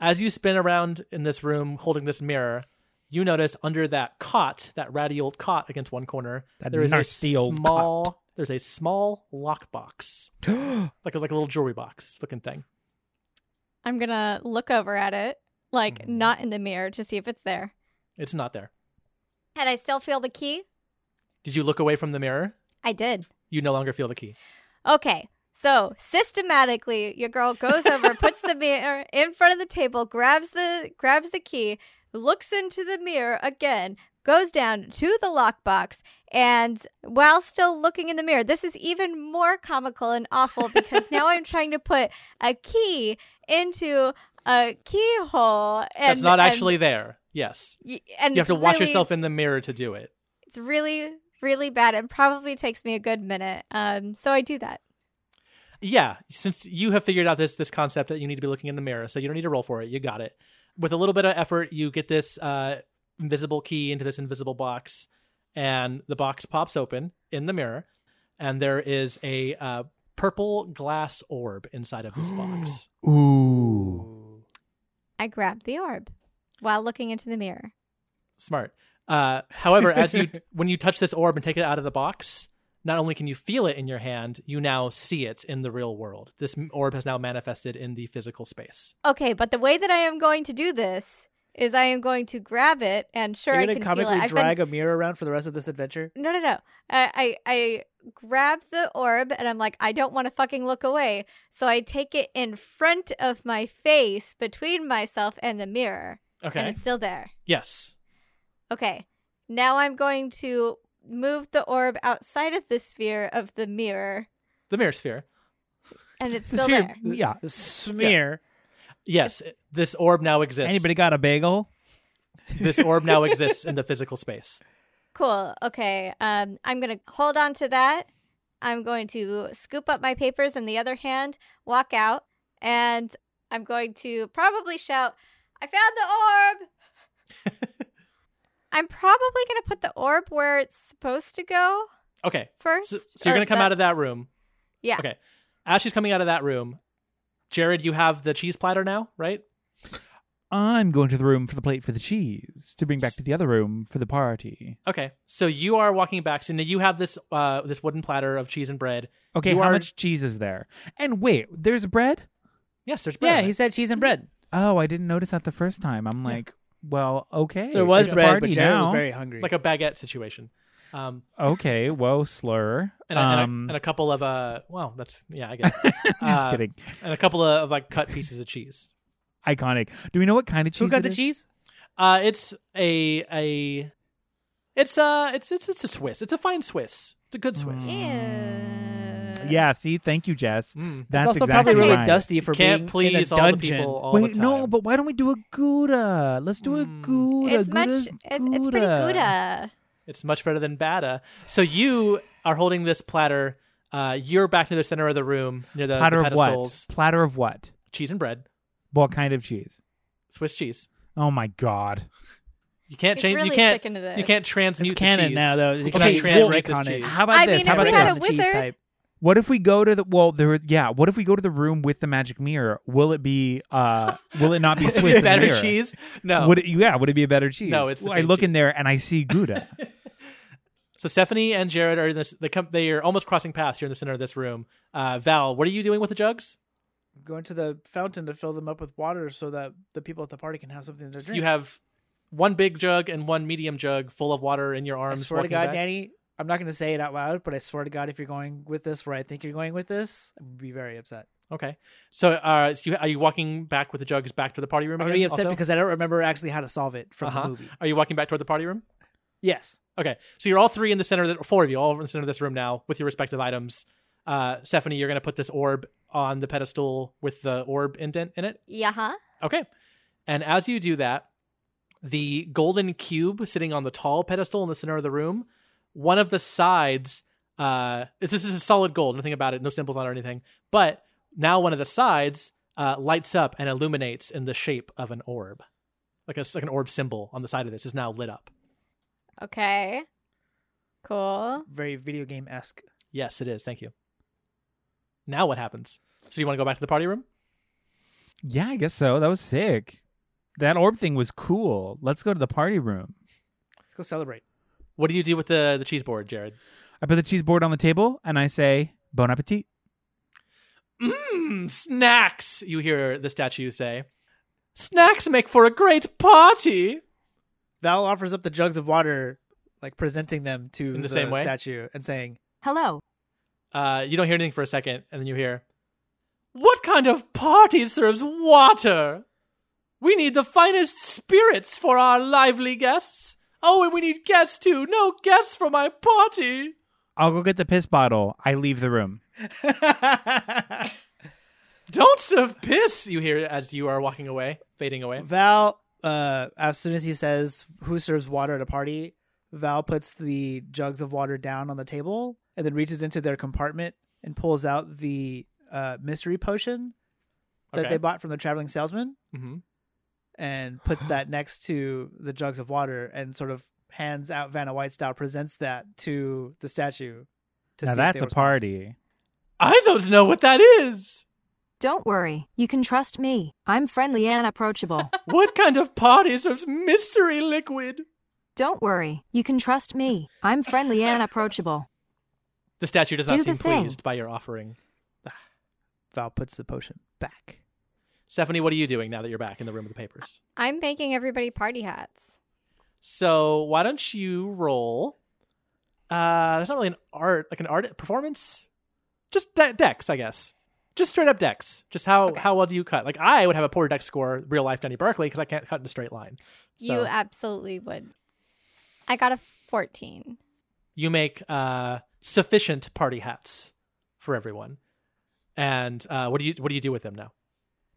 B: As you spin around in this room holding this mirror, you notice under that cot, that ratty old cot against one corner,
E: That
B: there is
E: nasty
B: a
E: old
B: small there's a small lockbox.
E: feel
B: Like a like a little jewelry box looking thing.
C: I'm gonna look over at it, like
B: Mhm.
C: not in the mirror, to see if it's there.
B: It's not there.
C: And I still feel the key.
B: Did you look away from the mirror?
C: I did.
B: You no longer feel the key.
C: Okay. So systematically, your girl goes over, puts the mirror in front of the table, grabs the grabs the key, looks into the mirror again, goes down to the lockbox, and while still looking in the mirror, this is even more comical and awful because now I'm trying to put a key into a keyhole. And,
B: That's not
C: and-
B: actually there. Yes.
C: y- and
B: You have to
C: it's
B: watch
C: really-
B: yourself in the mirror to do it.
C: It's really, really bad, and probably takes me a good minute. Um, so I do that.
B: Yeah, since you have figured out this this concept that you need to be looking in the mirror, so you don't need to roll for it. You got it. With a little bit of effort, you get this uh, invisible key into this invisible box, and the box pops open in the mirror, and there is a uh, purple glass orb inside of this box.
E: Ooh.
C: I grab the orb while looking into the mirror.
B: Smart. Uh, however, as you when you touch this orb and take it out of the box, not only can you feel it in your hand, you now see it in the real world. This m- orb has now manifested in the physical space.
C: Okay, but the way that I am going to do this is I am going to grab it, and sure
D: You're
C: I
D: gonna
C: can feel
D: comically
C: it. I've been-
D: drag a mirror around for the rest of this adventure.
C: No, no, no. I, I, I grab the orb and I'm like, I don't want to fucking look away. So I take it in front of my face between myself and the mirror. And
B: Okay.
C: it's still there.
B: Yes.
C: Okay. Now I'm going to move the orb outside of the sphere of the mirror
B: The mirror sphere.
C: and it's still
E: Sphere-
C: there.
E: Yeah.
D: Smear.
B: Yes, this orb now exists.
E: Anybody got a bagel?
B: this orb now exists in the physical space.
C: Cool. Okay. Um, I'm going to hold on to that. I'm going to scoop up my papers in the other hand, walk out, and I'm going to probably shout, I found the orb. I'm probably going to put the orb where it's supposed to go
B: Okay.
C: first.
B: So, so you're
C: or
B: going to come
C: the-
B: out of that room.
C: Yeah.
B: Okay. As she's coming out of that room, Jared, you have the cheese platter now, right?
E: I'm going to the room for the plate for the cheese to bring back to the other room for the party.
B: Okay. So you are walking back. So now you have this uh this wooden platter of cheese and bread.
E: Okay,
B: You
E: how
B: are-
E: much cheese is there? And wait, there's bread?
B: Yes, there's bread.
D: Yeah,
B: on it.
D: he said cheese and bread.
E: Oh, I didn't notice that the first time. I'm like, well, okay.
D: There was
E: it's a
D: bread,
E: party
D: but Jared
E: now.
D: was very hungry.
B: like a baguette situation. Um
E: Okay, whoa, slur.
B: and, a, and a-
E: um,
B: and, a, couple of uh well, that's yeah, I guess.
E: just
B: uh,
E: kidding.
B: And a couple of, of like cut pieces of cheese.
E: Iconic. Do we know what kind of cheese?
D: Who got
E: it
D: the
E: is?
D: cheese?
B: Uh, it's a a it's uh it's it's it's a Swiss. It's a fine Swiss. It's a good Swiss.
E: Mm.
C: Ew.
E: Yeah. See, thank you, Jess.
B: Mm.
E: That's
D: it's also
E: exactly
D: probably really
E: right.
D: dusty for
B: Can't
D: being
B: please
D: in a
B: all the
D: dungeon.
B: people all
E: Wait,
B: the time.
E: no, but why don't we do a gouda? Let's do a
B: Mm.
E: gouda.
C: It's much,
E: Gouda's
C: it's, it's pretty Gouda.
B: it's much better than Bada. So you are holding this platter. Uh, you're back near the center of the room, near the,
E: Platter
B: the
E: of
B: pedestals,
E: what? Platter of what?
B: cheese and bread,
E: What kind of cheese?
B: Swiss cheese.
E: Oh my god.
B: You can't
C: It's
B: change.
C: really
B: you can't.
C: sticking to this.
B: You can't transmute
D: It's
B: the
D: canon
B: cheese.
D: now, though. You
B: You
D: cannot
B: can't transmute this
D: retcon it.
B: cheese.
E: How about
C: I
E: this?
C: mean,
E: How
C: if
E: about
C: we
E: this?
C: had a
D: It's a cheese
C: wizard,
D: type.
E: What if we go to the well? There, yeah. What if we go to the room with the magic mirror? Will it be? uh Will it not be Swiss? in the
B: better
E: mirror?
B: cheese? No.
E: Would it, yeah? Would it be a better cheese?
B: No, it's the
E: Well, I
B: same
E: look in
B: cheese.
E: there and I see Gouda.
B: So Stephanie and Jared are in this. They come. They are almost crossing paths here in the center of this room. Uh, Val, what are you doing with the jugs?
D: Going to the fountain to fill them up with water so that the people at the party can have something to drink.
B: So you have one big jug and one medium jug full of water in your
D: I
B: arms.
D: swear to
B: walking
D: God,
B: back.
D: Danny, I'm not going to say it out loud, but I swear to God, if you're going with this where I think you're going with this, I'm going to be very upset.
B: Okay. So, uh, so you, are you walking back with the jugs back to the party room?
D: I'm going to
B: again
D: be upset
B: also?
D: because I don't remember actually how to solve it from
B: Uh-huh.
D: the movie.
B: Are you walking back toward the party room?
D: Yes.
B: Okay. So you're all three in the center. Of the, four of you, all in the center of this room now, with your respective items. Uh, Stephanie, you're going to put this orb on the pedestal with the orb indent in it.
C: Yeah, huh?
B: Okay. And as you do that, the golden cube sitting on the tall pedestal in the center of the room, one of the sides, uh, it's- this is a solid gold, nothing about it, no symbols on it or anything. But now one of the sides uh, lights up and illuminates in the shape of an orb. Like, a, s- like an orb symbol on the side of this is now lit up.
C: Okay. Cool.
D: Very video game esque.
B: Yes, it is. Thank you. Now what happens? So do you want to go back to the party room?
E: yeah, I guess so. That was sick. That orb thing was cool. Let's go to the party room.
D: Let's go celebrate.
B: What do you do with the, the cheese board, Jared?
E: I put the cheese board on the table and I say, "Bon appetit."
B: Mmm, snacks, you hear the statue say. Snacks make for a great party.
D: Val offers up the jugs of water, like presenting them to
B: In the same way?
D: statue and saying,
F: Hello.
B: Uh, you don't hear anything for a second, and then you hear, What kind of party serves water? We need the finest spirits for our lively guests. Oh, and we need guests too. No guests for my party.
E: I'll go get the piss bottle. I leave the room.
B: Don't serve piss, you hear as you are walking away, fading away.
D: Val, uh, as soon as he says who serves water at a party, Val puts the jugs of water down on the table and then reaches into their compartment and pulls out the uh, mystery potion that
B: Okay.
D: they bought from the traveling salesman
B: Mhm.
D: and puts that next to the jugs of water and sort of hands out Vanna White style, presents that to the statue. To see
E: Now
D: if
E: that's
D: they
E: a
D: respond.
E: party.
B: I don't know what that is.
F: Don't worry, you can trust me. I'm friendly and approachable.
B: what kind of party serves mystery liquid?
F: Don't worry, you can trust me. I'm friendly and approachable.
B: The statue does not
F: Do the
B: seem
F: thing.
B: pleased by your offering.
D: Val puts the potion back.
B: Stephanie, what are you doing now that you're back in the room with the papers?
C: I'm making everybody party hats.
B: So why don't you roll? Uh, there's not really an art, like an art performance, just de- decks, I guess. Just straight up decks. Just how
C: Okay.
B: how well do you cut? Like I would have a poor deck score, real life Danny Barkley, because I can't cut in a straight line. So
C: You
B: you,
C: absolutely would. I got a 14.
B: make uh, sufficient party hats for everyone. And uh, what do you what do you do with them now?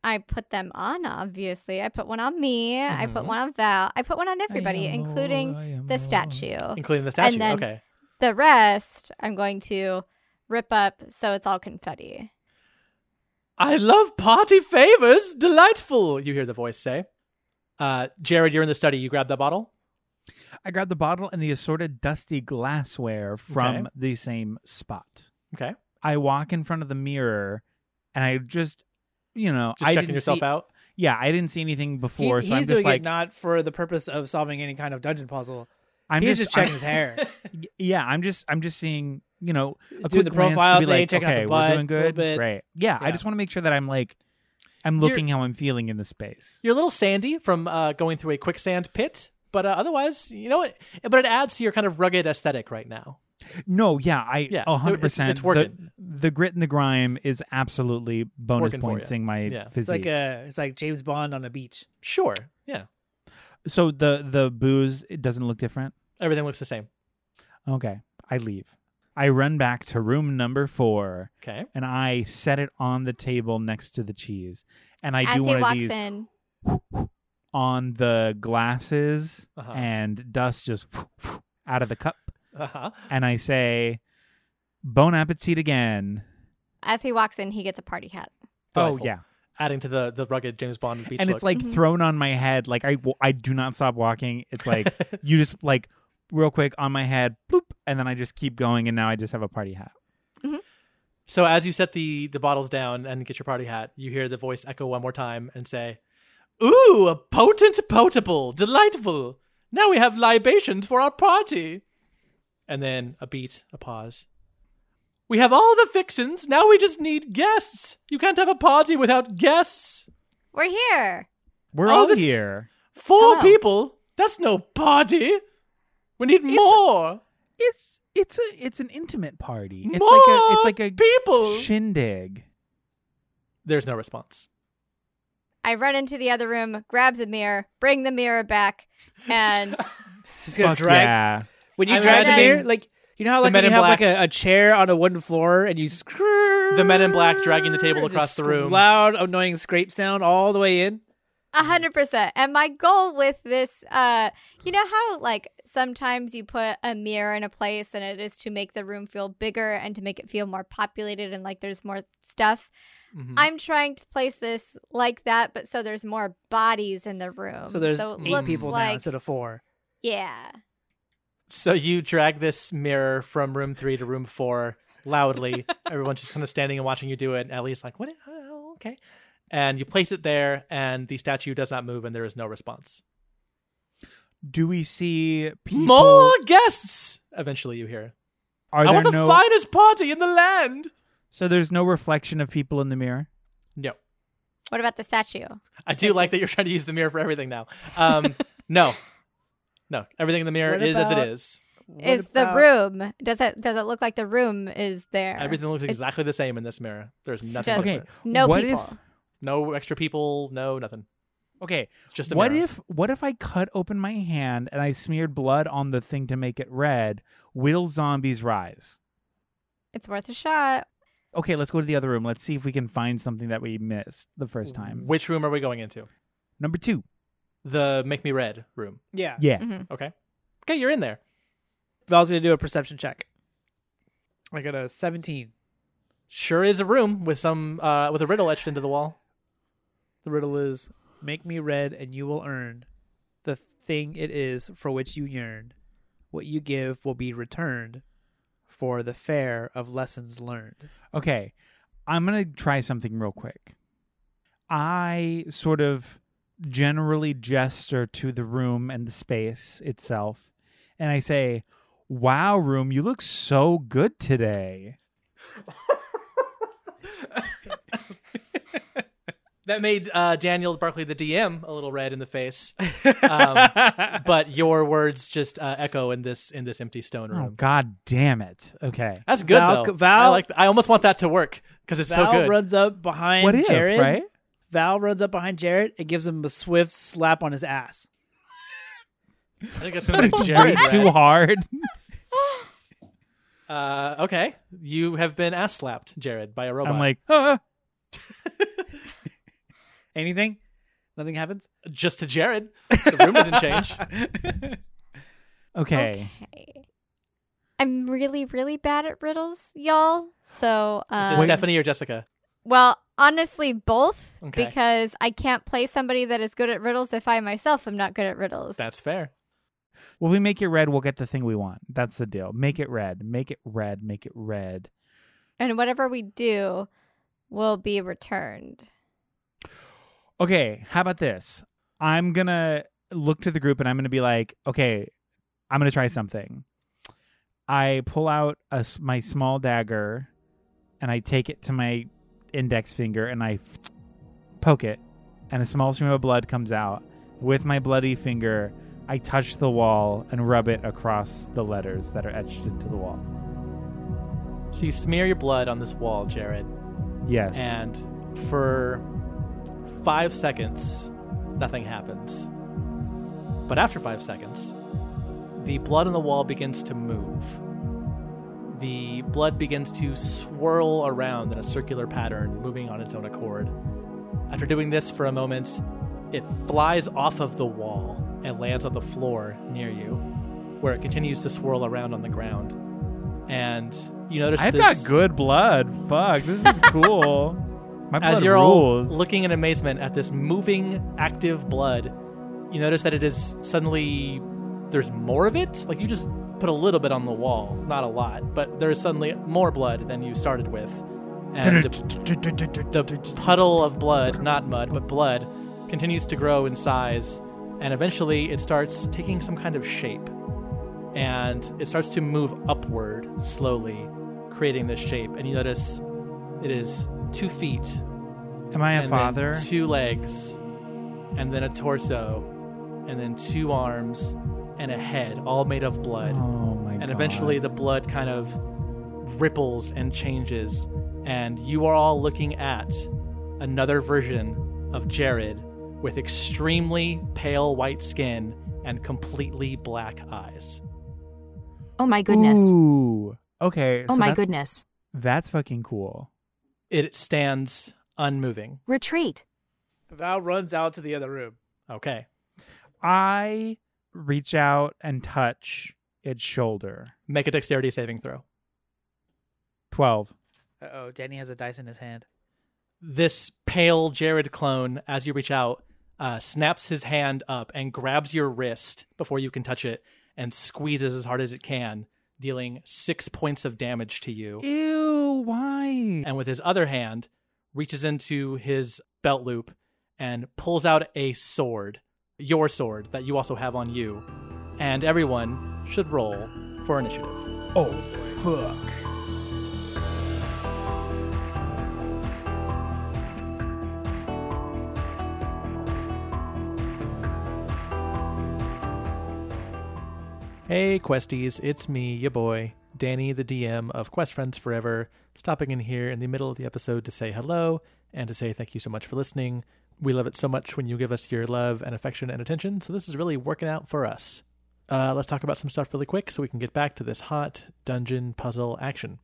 C: I put them on, obviously. I put one on me. I put
E: Mm-hmm.
C: one on Val. I put one on everybody, including the statue.
B: Including the statue.
C: then-
B: okay.
C: The rest, I'm going to rip up so it's all confetti.
B: I love party favors. Delightful, you hear the voice say. Uh, Jared, you're in the study. You grab that bottle.
E: I grabbed the bottle and the assorted dusty glassware from
B: Okay.
E: the same spot.
B: Okay.
E: I walk in front of the mirror and I just, you know,
B: Just
E: I
B: checking
E: didn't
B: yourself
E: see-
B: out.
E: Yeah, I didn't see anything before,
D: He-
E: so
D: he's
E: I'm just
D: doing
E: like,
D: it not for the purpose of solving any kind of dungeon puzzle.
E: I'm
D: he's
E: just,
D: just, checking his hair,
E: I'm- yeah, I'm just, I'm just seeing, you know,
D: doing
E: a quick
D: the
E: glance to
D: profile
E: be
D: thing,
E: like,
D: checking
E: okay,
D: out the
E: we're
D: butt
E: doing
D: a little
E: good,
D: bit.
E: right? Yeah, I
D: Yeah.
E: just want to make sure that I'm like, I'm
B: You're-
E: looking how I'm feeling in the space.
B: You're a little sandy from uh, going through a quicksand pit, but uh, otherwise, you know what? But it adds to your kind of rugged aesthetic right now.
E: No, yeah, I
B: Yeah,
E: yeah,
B: no, it's-
E: 100%.
B: it's
E: The-
B: working.
E: The, grit and the grime is absolutely bonus
B: working for
E: points
B: you.
E: in my
B: Yeah. It's
D: It's
E: physique.
D: like a, it's like James Bond on a beach.
B: Sure. Yeah.
E: so the the booze it doesn't look different.
B: Everything looks the same.
E: Okay, I leave. I run back to room number 4
B: Okay.
E: and I set it on the table next to the cheese. And I
C: As
E: do
C: he
E: one of
C: walks
E: these
C: in,
E: on the glasses
B: Uh-huh.
E: and dust just out of the cup
B: Uh huh.
E: and I say bon appetit again.
C: as he walks in, he gets a party hat.
E: Oh
B: Delightful.
E: yeah.
B: Adding to the, the rugged James Bond beach
E: and
B: look.
E: it's like
C: Mhm.
E: thrown on my head. Like I, w- I do not stop walking. It's like you just like real quick on my head, bloop, and then I just keep going, and now I just have a party hat.
B: so as you set the the bottles down and get your party hat, you hear the voice echo one more time and say, "Ooh, a potent potable, delightful. Now we have libations for our party." And then a beat, a pause. We have all the fixins. Now we just need guests. You can't have a party without guests.
C: We're here.
E: We're
B: Oh,
E: all
B: this-
E: here.
B: Four
F: Hello.
B: people. That's no party. We need more.
E: It's it's a it's an intimate party. It's
B: more
E: like a it's like
B: people.
E: a shindig.
B: There's no response.
C: I run into the other room, grab the mirror, bring the mirror back, and
D: He's gonna
E: Fuck
D: drag
E: yeah.
D: when you
B: I'm
D: drag the
C: imagining-
D: mirror, like you know how
B: The
D: like
B: Men
D: when you
B: in
D: have
B: Black.
D: like a, a chair on a wooden floor and you screw
B: The Men in Black dragging the table
D: Just
B: across the room.
D: loud annoying scrape sound all the way in.
C: A hundred percent. And my goal with this, uh, you know how like sometimes you put a mirror in a place and it is to make the room feel bigger and to make it feel more populated and like there's more stuff.
B: Mhm.
D: Mm-hmm.
C: I'm trying to place this like that, but so there's more bodies in
B: Oh,
C: the room.
D: So there's
C: it
D: eight
C: looks
D: people now
C: like,
D: instead of four.
C: yeah.
B: So you drag this mirror from room three to room four loudly. Everyone's just kind of standing and watching you do it. And Ellie's like, "What? Oh, okay." And you place it there, and the statue does not move, and there is no response.
E: Do we see people?
B: More guests. Eventually, you hear,
E: Are
B: "I
E: there
B: want the
E: no?
B: finest party in the land."
E: So there's no reflection of people in the mirror.
B: No,
C: What about the statue?
B: I do like that you're trying to use the mirror for everything now. Um, no, no, everything in the mirror
D: What
B: is as
D: about-
B: it is.
C: Is the room? Does it does it look like the room is there?
B: Everything looks
C: It's-
B: exactly the same in this mirror. There's nothing.
C: Just-
B: different.
E: Okay.
C: No
E: what
C: people.
E: if
B: No extra people. No nothing.
E: Okay.
B: Just a
E: what
B: mirror.
E: if what if I cut open my hand and I smeared blood on the thing to make it red? Will zombies rise?
C: It's worth a shot.
E: Okay, let's go to the other room. Let's see if we can find something that we missed the first time.
B: Which room are we going into?
E: Number two.
B: The make me red room.
D: Yeah.
E: Yeah.
C: Mhm.
B: Okay. Okay, you're in there.
D: Val's gonna do a perception check. I got a seventeen.
B: Sure is a room with some uh with a riddle etched into the wall.
D: The riddle is make me red and you will earn the thing it is for which you yearn. What you give will be returned for the fare of lessons learned.
E: Okay. I'm going to try something real quick. I sort of generally gesture to the room and the space itself, and I say, Wow, room, you look so good today.
B: That made uh, Daniel Barkley, the DM, a little red in the face. Um, but your words just uh, echo in this in this empty stone room.
E: Oh, god damn it. Okay.
B: That's good
D: Val-
B: though.
D: Val-
B: I like. I almost want that to work because it's so
D: Val
B: good.
D: runs up behind
E: What if,
D: Jared.
E: right?
D: Val runs up behind Jared and gives him a swift slap on his ass.
B: I think that's gonna make
E: Way
B: Jerry
E: too
B: red.
E: hard.
B: Uh, okay, you have been ass slapped, Jared, by a robot.
E: I'm like, ah.
D: Anything? Nothing happens?
B: just to Jared. The room doesn't change.
E: okay.
C: Okay. I'm really, really bad at riddles, y'all. So,
B: Is it
C: um,
B: Stephanie or Jessica?
C: well, honestly, both
B: Okay.
C: because I can't play somebody that is good at riddles if I myself am not good at riddles.
B: That's fair.
E: Well, we make it red, we'll get the thing we want. That's the deal. Make it red. Make it red. Make it red.
C: and whatever we do will be returned.
E: Okay, how about this? I'm gonna look to the group and I'm gonna be like, okay, I'm gonna try something. I pull out a s my small dagger and I take it to my index finger and I poke it, and a small stream of blood comes out. With my bloody finger, I touch the wall and rub it across the letters that are etched into the wall.
B: So you smear your blood on this wall, Jared,
E: Yes.
B: and for five seconds, nothing happens. But after five seconds, the blood on the wall begins to move. The blood begins to swirl around in a circular pattern, moving on its own accord. After doing this for a moment, it flies off of the wall and lands on the floor near you, where it continues to swirl around on the ground. And you notice
E: I've
B: this,
E: got good blood. Fuck, this is cool. My blood
B: as you're
E: rules.
B: all looking in amazement at this moving, active blood, you notice that it is suddenly there's more of it. Like you just put a little bit on the wall, not a lot, but there is suddenly more blood than you started with. And the, the puddle of blood, not mud, but blood, continues to grow in size, and eventually it starts taking some kind of shape. And it starts to move upward slowly, creating this shape. And you notice it is two feet
E: Am I
B: and
E: a
B: then
E: father?
B: two legs, and then a torso, and then two arms, and a head, all made of blood.
E: Oh my
B: and eventually, the blood kind of ripples and changes, and you are all looking at another version of Jared with extremely pale white skin and completely black eyes.
F: Oh my goodness.
E: Ooh. Okay.
F: oh
E: so
F: my
E: that's-
F: goodness.
E: That's fucking cool.
B: It stands unmoving.
F: Retreat.
D: Val runs out to the other room.
B: Okay.
E: I reach out and touch its shoulder.
B: Make a dexterity saving throw.
E: Twelve.
D: Uh oh, Danny has a dice in his hand.
B: this pale Jared clone, as you reach out, uh, snaps his hand up and grabs your wrist before you can touch it and squeezes as hard as it can, dealing six points of damage to you.
E: Ew. Why?
B: And with his other hand, reaches into his belt loop and pulls out a sword, your sword that you also have on you. And everyone should roll for initiative.
E: Oh fuck.
B: Hey, Questies, it's me, your boy, Danny, the DM of Quest Friends Forever, stopping in here in the middle of the episode to say hello and to say thank you so much for listening. We love it so much when you give us your love and affection and attention. So this is really working out for us. Uh, let's talk about some stuff really quick so we can get back to this hot dungeon puzzle action.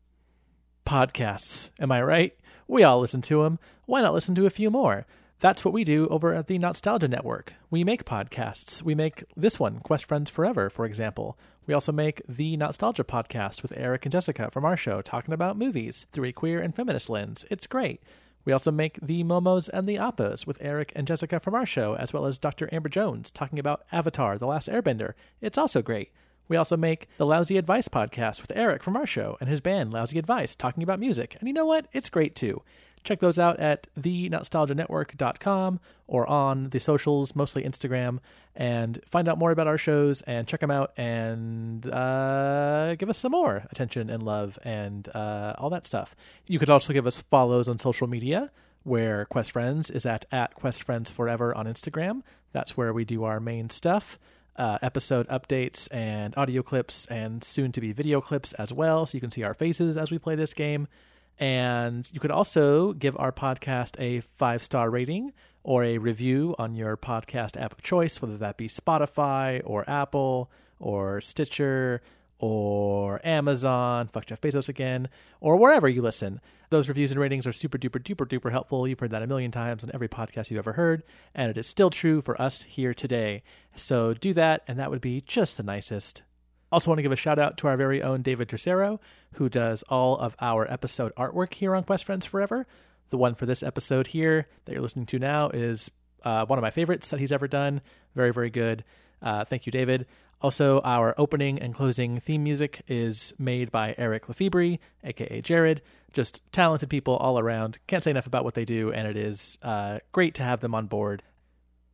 B: Podcasts, am I right? We all listen to them. Why not listen to a few more? That's what we do over at the Nostalgia Network. We make podcasts. We make this one, Quest Friends Forever, for example. We also make the Nostalgia podcast with Eric and Jessica from our show, talking about movies through a queer and feminist lens. It's great. We also make the Momos and the Appos with Eric and Jessica from our show, as well as Dr. Amber Jones talking about Avatar, The Last Airbender. It's also great. We also make the Lousy Advice podcast with Eric from our show and his band Lousy Advice talking about music. And you know what? It's great too. Check those out at thenostalgianetwork.com or on the socials, mostly Instagram, and find out more about our shows and check them out and uh, give us some more attention and love and uh, all that stuff. You could also give us follows on social media where Quest Friends is at, at Quest Friends Forever on Instagram. That's where we do our main stuff uh, episode updates and audio clips and soon to be video clips as well. So you can see our faces as we play this game. And you could also give our podcast a five star rating or a review on your podcast app of choice, whether that be Spotify or Apple or Stitcher or Amazon, fuck Jeff Bezos again, or wherever you listen. Those reviews and ratings are super duper duper duper helpful. You've heard that a million times on every podcast you've ever heard, and it is still true for us here today. So do that, and that would be just the nicest. Also, want to give a shout out to our very own David Tercero, who does all of our episode artwork here on Quest Friends Forever. The one for this episode here that you're listening to now is uh, one of my favorites that he's ever done. Very, very good. Uh, thank you, David. Also, our opening and closing theme music is made by Eric Lefebvre, aka Jared. Just talented people all around. Can't say enough about what they do, and it is uh, great to have them on board.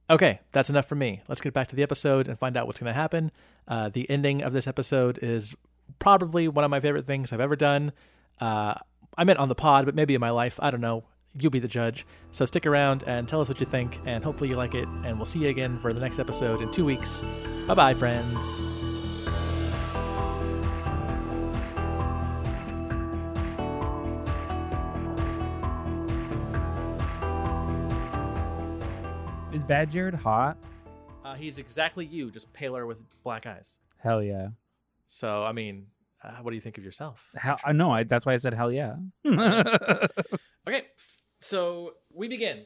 B: Okay, that's enough for me. Let's get back to the episode and find out what's going to happen. Uh, the ending of this episode is probably one of my favorite things I've ever done. Uh, I meant on the pod, but maybe in my life. I don't know. You'll be the judge. So stick around and tell us what you think, and hopefully you like it. And we'll see you again for the next episode in two weeks. Bye bye, friends.
E: Is Bad Jared hot?
B: Uh, he's exactly you, just paler with black eyes.
E: Hell yeah.
B: So, I mean, uh, what do you think of yourself?
E: Hell, I know. I, that's why I said hell yeah.
B: Okay, so we begin.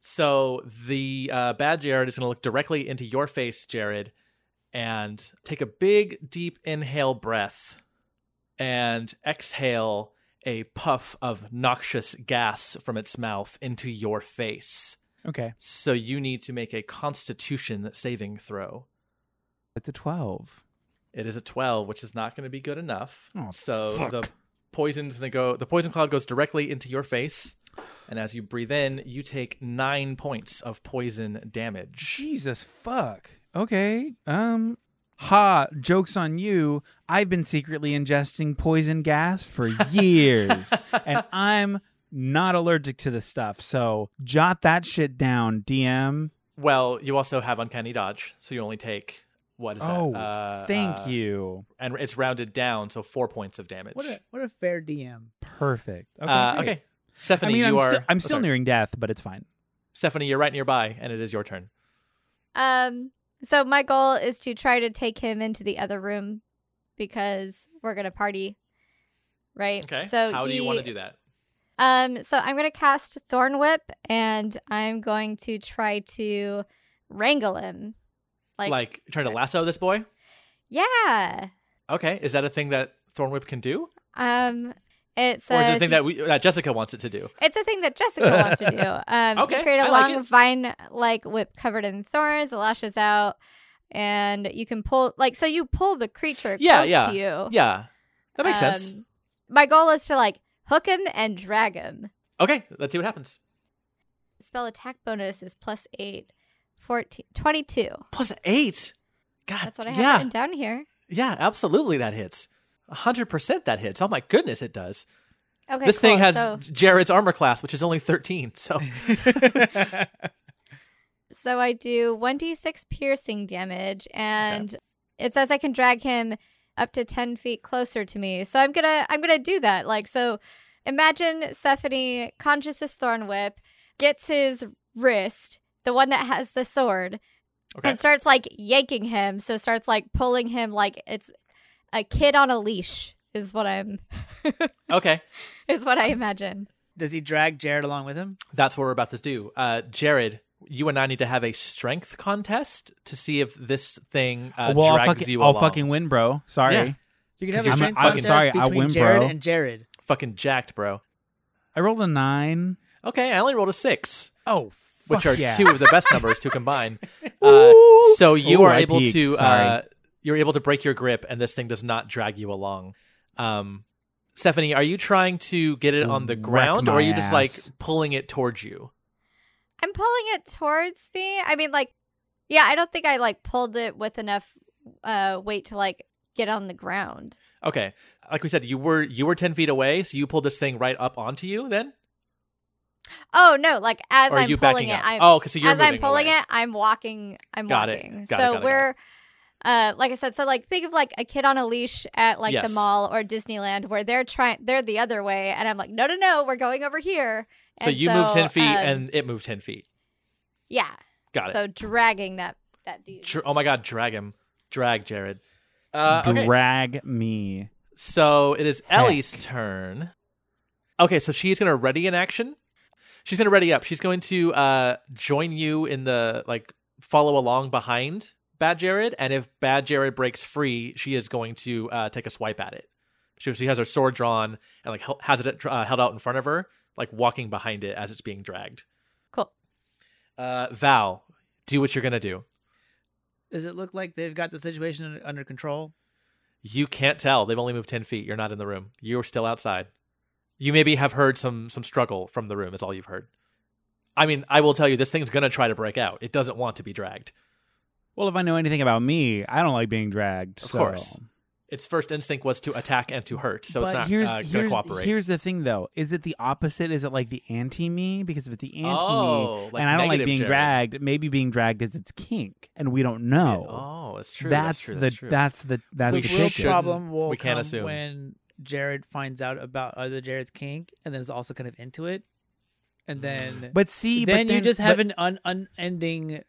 B: So the uh, bad Jared is going to look directly into your face, Jared, and take a big, deep inhale breath and exhale a puff of noxious gas from its mouth into your face.
E: okay.
B: So you need to make a constitution saving throw.
E: It's a 12.
B: It is a 12, which is not going to be good enough.
E: Oh,
B: so
E: fuck.
B: the poison's going to go, the poison cloud goes directly into your face. And as you breathe in, you take nine points of poison damage.
E: Jesus fuck. Okay. Um ha, jokes on you. I've been secretly ingesting poison gas for years and I'm not allergic to this stuff. So jot that shit down, DM.
B: Well, you also have uncanny dodge, so you only take what is
E: oh,
B: that? Uh,
E: thank
B: uh,
E: you.
B: And it's rounded down, so four points of damage.
D: What a what a fair DM.
E: Perfect. Okay.
B: uh,
E: great.
B: okay. Stephanie,
E: I mean,
B: you
E: I'm,
B: are.
E: still, I'm
B: oh,
E: still
B: sorry.
E: nearing death, but it's fine.
B: Stephanie, you're right nearby, and it is your turn.
C: Um, so my goal is to try to take him into the other room because we're gonna party, right?
B: Okay.
C: So
B: How do you
C: he-
B: want to do that?
C: Um, so I'm gonna cast Thorn Whip, and I'm going to try to wrangle him. Like,
B: Like, try to lasso this boy?
C: yeah.
B: Okay. Is that a thing that Thornwhip can do?
C: Um, it
B: Or is it
C: says
B: a thing that, we, that Jessica wants it to do?
C: It's a thing that Jessica wants to do. Um, you
B: Okay,
C: create a
B: I like
C: long
B: it.
C: vine like whip covered in thorns. It lashes out, and you can pull like so. You pull the creature
B: Yeah,
C: close
B: yeah,
C: to you.
B: Yeah. That makes sense.
C: Oh. Um, My goal is to like hook him and drag him.
B: Okay, let's see what happens.
C: Spell attack bonus is plus eight. 14, 22.
B: Plus eight. God,
C: That's what I have
B: yeah,
C: written down here.
B: yeah, absolutely. That hits. hundred percent. That hits. Oh my goodness, it does.
C: Okay,
B: this thing
C: cool.
B: has
C: so,
B: Jared's armor class, which is only thirteen. So
C: so I do one d six piercing damage, and it says I can drag him up to ten feet closer to me. So I'm gonna I'm gonna do that. Like so, imagine Stephanie conjures his thorn whip, gets his wrist, the one that has the sword,
B: Okay.
C: and starts like yanking him. So starts like pulling him like it's a kid on a leash is what I'm
B: Okay.
C: is what I imagine.
D: Does he drag Jared along with him?
B: That's what we're about to do. Uh, Jared, you and I need to have a strength contest to see if this thing uh,
E: well, I'll,
B: drags
E: fucking,
B: you
E: I'll
B: along.
E: fucking win, bro. Sorry.
B: Yeah.
D: You
B: 'Cause
D: can have
B: you're
D: a strength
B: fucking
D: contest
E: sorry, I
D: between
E: win,
D: Jared
E: bro.
D: and Jared.
B: Fucking jacked, bro.
E: I rolled a nine.
B: Okay, I only rolled a six,
E: Oh,
B: which are
E: yeah.
B: two of the best numbers to combine. Uh,
E: Ooh.
B: so you
E: Ooh,
B: are
E: I
B: able
E: peeked.
B: to uh,
E: Sorry.
B: you're able to break your grip, and this thing does not drag you along. Um, Stephanie, are you trying to get it on the
E: Wreck
B: ground, or are
E: my
B: you just like
E: ass.
B: pulling it towards you?
C: I'm pulling it towards me. I mean, like, yeah, I don't think I like pulled it with enough uh weight to like get on the ground.
B: Okay, like we said, you were you were ten feet away, so you pulled this thing right up onto you. Then,
C: Oh no! Like as
B: or are
C: I'm
B: you
C: pulling
B: backing
C: it,
B: up?
C: I'm
B: oh, because so you're
C: as I'm
B: moving
C: pulling
B: away.
C: it, I'm walking. I'm
B: Got it. Got
C: walking.
B: it,
C: so
B: got it, got it.
C: we're, uh, like I said, so like think of like a kid on a leash at like
B: Yes.
C: the mall or Disneyland where they're trying, they're the other way, and I'm like, no, no, no, we're going over here.
B: So
C: And
B: you move ten feet,
C: um,
B: and it moved ten feet.
C: yeah,
B: Got it.
C: so dragging that that dude.
B: Dr- oh my god, drag him, drag Jared. Uh, okay.
E: Drag me.
B: So it is Ellie's turn. Okay, so she's gonna ready in action. She's gonna ready up. She's going to uh join you in the like follow along behind Bad Jared, and if Bad Jared breaks free, she is going to uh take a swipe at it. She, she has her sword drawn and like hel- has it uh, held out in front of her, like walking behind it as it's being dragged.
C: Cool.
B: Uh, Val, do what you're gonna do.
D: Does it look like they've got the situation un- under control?
B: You can't tell. They've only moved ten feet. You're not in the room. You're still outside. You maybe have heard some some struggle from the room. Is all you've heard. I mean, I will tell you, this thing's gonna try to break out. It doesn't want to be dragged.
E: Well, if I know anything about me, I don't like being dragged.
B: Of
E: so.
B: course. Its first instinct was to attack and to hurt, so
E: but
B: it's not
E: here's,
B: uh, gonna
E: here's,
B: cooperate.
E: here's the thing, though. Is it the opposite? Is it like the anti me? Because if it's the anti me,
B: Oh, like
E: and I don't like
B: negative
E: being
B: Jared.
E: dragged, maybe being dragged is its kink, and we don't know.
B: Oh, that's true.
E: That's,
B: That's, true. That's
E: the
B: true.
E: that's the that's
B: We
D: the
E: the
B: real
D: real
E: kicker.
B: shouldn't-
D: problem will
B: we can't
D: come
B: assume.
D: when Jared finds out about other Jared's kink and then is also kind of into it, and then
E: But see,
D: then,
E: but then
D: you just have
E: but,
D: an un- unending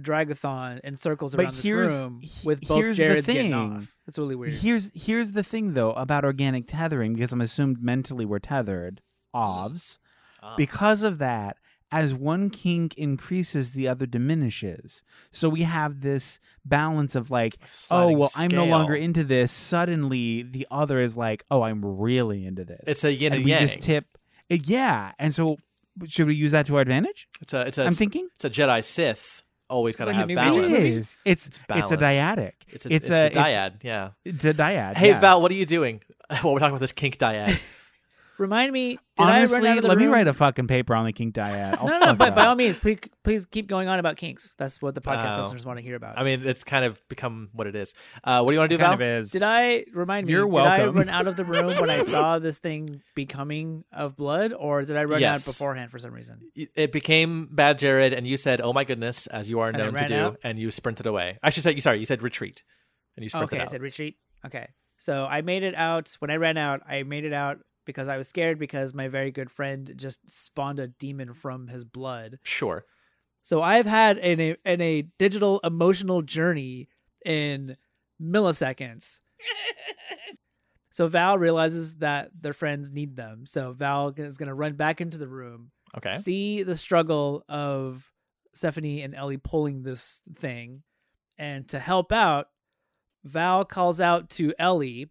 D: dragathon in circles
E: But
D: around this
E: here's-
D: room
E: he-
D: with both
E: here's the
D: Jareds getting
E: thing.
D: off. That's really weird.
E: Here's here's the thing though about organic tethering because I'm assumed mentally we're tethered, ovs.
B: Ah.
E: Because of that, as one kink increases, the other diminishes. So we have this balance of like, oh
B: Sliding
E: well, I'm no longer
B: scale.
E: into this. Suddenly, the other is like, oh, I'm really into this.
B: It's a yin
E: and
B: and,
E: we
B: yang.
E: just tip, uh, yeah. And so, should we use that to our advantage?
B: it's a it's a
E: I'm thinking.
B: it's a Jedi Sith. Always gotta
D: like the
B: have
D: new
B: balance.
E: It is. It's
B: It's
E: it's, a
B: balance.
E: dyadic.
B: It's a, it's a, dyad. yeah.
E: It's, a dyad.
B: Hey
E: yes.
B: Val, what are you doing? well, we're talking about this kink dyad.
D: Remind me, did
E: Honestly,
D: I run out of the
E: let me
D: room?
E: write a fucking paper on the kink dyad. I'll
D: no, no,
E: fuck
D: but
E: it
D: by
E: up.
D: all means, please, please keep going on about kinks. That's what the podcast
B: Oh.
D: listeners want to hear about.
B: I mean, it's kind of become what it is. Uh, what do you want to do, Val?
E: kind of is.
D: Did I remind me?
E: You're
D: Did I
E: welcome.
D: run out of the room when I saw this thing becoming of blood, or did I run
B: Yes.
D: out beforehand for some reason?
B: it became bad jared and you said oh my goodness as you are
D: And I
B: known to
D: ran
B: do
D: out?
B: and you sprinted away i should say you sorry you said retreat and you sprinted
D: okay, I
B: out
D: said retreat. Okay, so I made it out. When I ran out, I made it out because I was scared because my very good friend just spawned a demon from his blood.
B: sure
D: So I've had an a, an a digital emotional journey in milliseconds. so Val realizes that their friends need them. So Val is going to run back into the room,
B: okay
D: see the struggle of Stephanie and Ellie pulling this thing, and to help out, Val calls out to Ellie.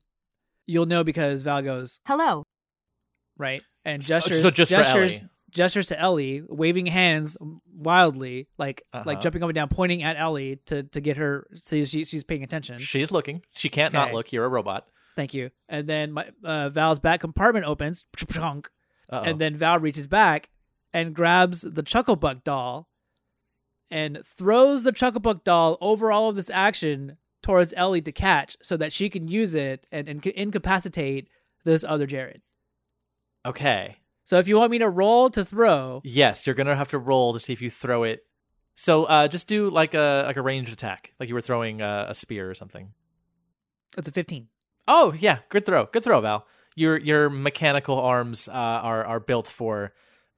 D: You'll know because Val goes
F: Hello.
D: right and
B: So-
D: gestures.
B: uh, so just for
D: gestures,
B: Ellie.
D: gestures to Ellie, waving hands wildly, like
B: Uh-huh.
D: like jumping up and down, pointing at Ellie to to get her see if she, she's paying attention.
B: she's looking she can't not
D: Okay.
B: look you're a robot
D: Thank you. And then my uh, Val's back compartment opens, chonk,
B: Uh-oh.
D: and then Val reaches back and grabs the Chucklebuck doll and throws the Chucklebuck doll over all of this action towards Ellie to catch so that she can use it and, and incapacitate this other Jared.
B: okay
D: So if you want me to roll to throw,
B: yes you're gonna have to roll to see if you throw it so uh just do like a like a ranged attack like you were throwing a, a spear or something
D: it's a 15.
B: oh yeah good throw good throw val your your mechanical arms uh are are built for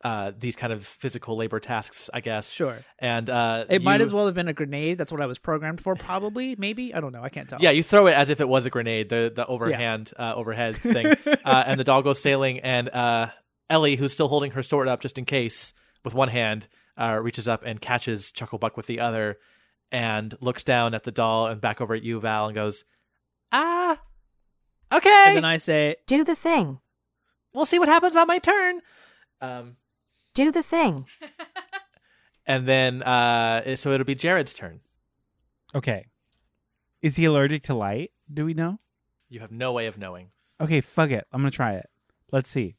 B: uh, these kind of physical labor tasks, I guess.
D: Sure.
B: And uh,
D: It might
B: you-
D: as well have been a grenade. That's what I was programmed for, probably, maybe. I don't know. I can't tell.
B: Yeah, you throw it as if it was a grenade, the the overhand uh, overhead thing, uh, and the doll goes sailing, and uh, Ellie, who's still holding her sword up just in case with one hand, uh, reaches up and catches Chucklebuck with the other, and looks down at the doll and back over at you, Val, and goes, "Ah, okay,
D: And then I say,
F: Do the thing.
B: we'll see what happens on my turn." Um,
F: Do the thing.
B: and then uh, so it'll be Jared's turn.
E: Okay. Is he allergic to light? Do we know?
B: You have no way of knowing.
E: Okay, fuck it. I'm gonna try it. Let's see.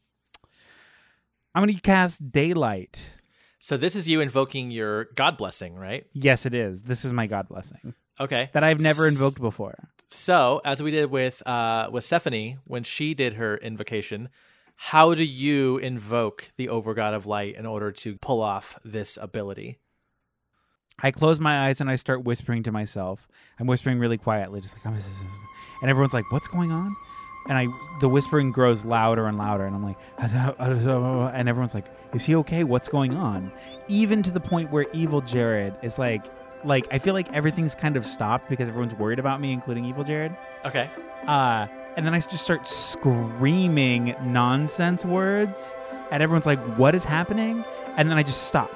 E: I'm gonna cast daylight.
B: So this is you invoking your God blessing, right?
E: Yes, it is. This is my god blessing
B: Okay.
E: that I've never invoked before.
B: So, as we did with uh, with Stephanie when she did her invocation, how do you invoke the Overgod of Light in order to pull off this ability?
E: I close my eyes and I start whispering to myself. I'm whispering really quietly, just like I'm, and everyone's like, "What's going on?" And I, the whispering grows louder and louder, and I'm like, and everyone's like, "Is he okay? What's going on?" Even to the point where evil Jared is like, like I feel like everything's kind of stopped because everyone's worried about me, including evil Jared.
B: Okay.
E: Uh, and then I just start screaming nonsense words, and everyone's like, "What is happening?" And then I just stop,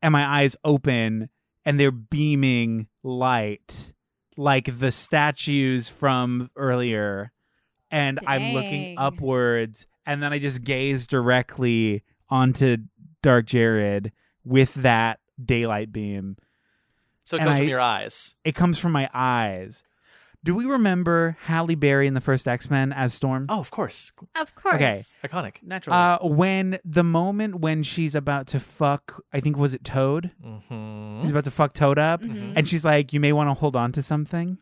E: and my eyes open, and they're beaming light, like the statues from earlier. And I'm looking
C: Dang.
E: upwards, and then I just gaze directly onto Dark Jared with that daylight beam.
B: So it
E: And
B: comes
E: I-
B: from your eyes.
E: It comes from my eyes. Do we remember Halle Berry in the first X Men as Storm?
B: Oh, of course.
C: Of course.
E: Okay.
B: Iconic.
D: naturally.
E: Uh, when the moment when she's about to fuck, I think was it Toad.
B: hmm Mm-hmm.
E: She's about to fuck Toad up,
C: Mhm.
E: and she's like, "You may want to hold on to something."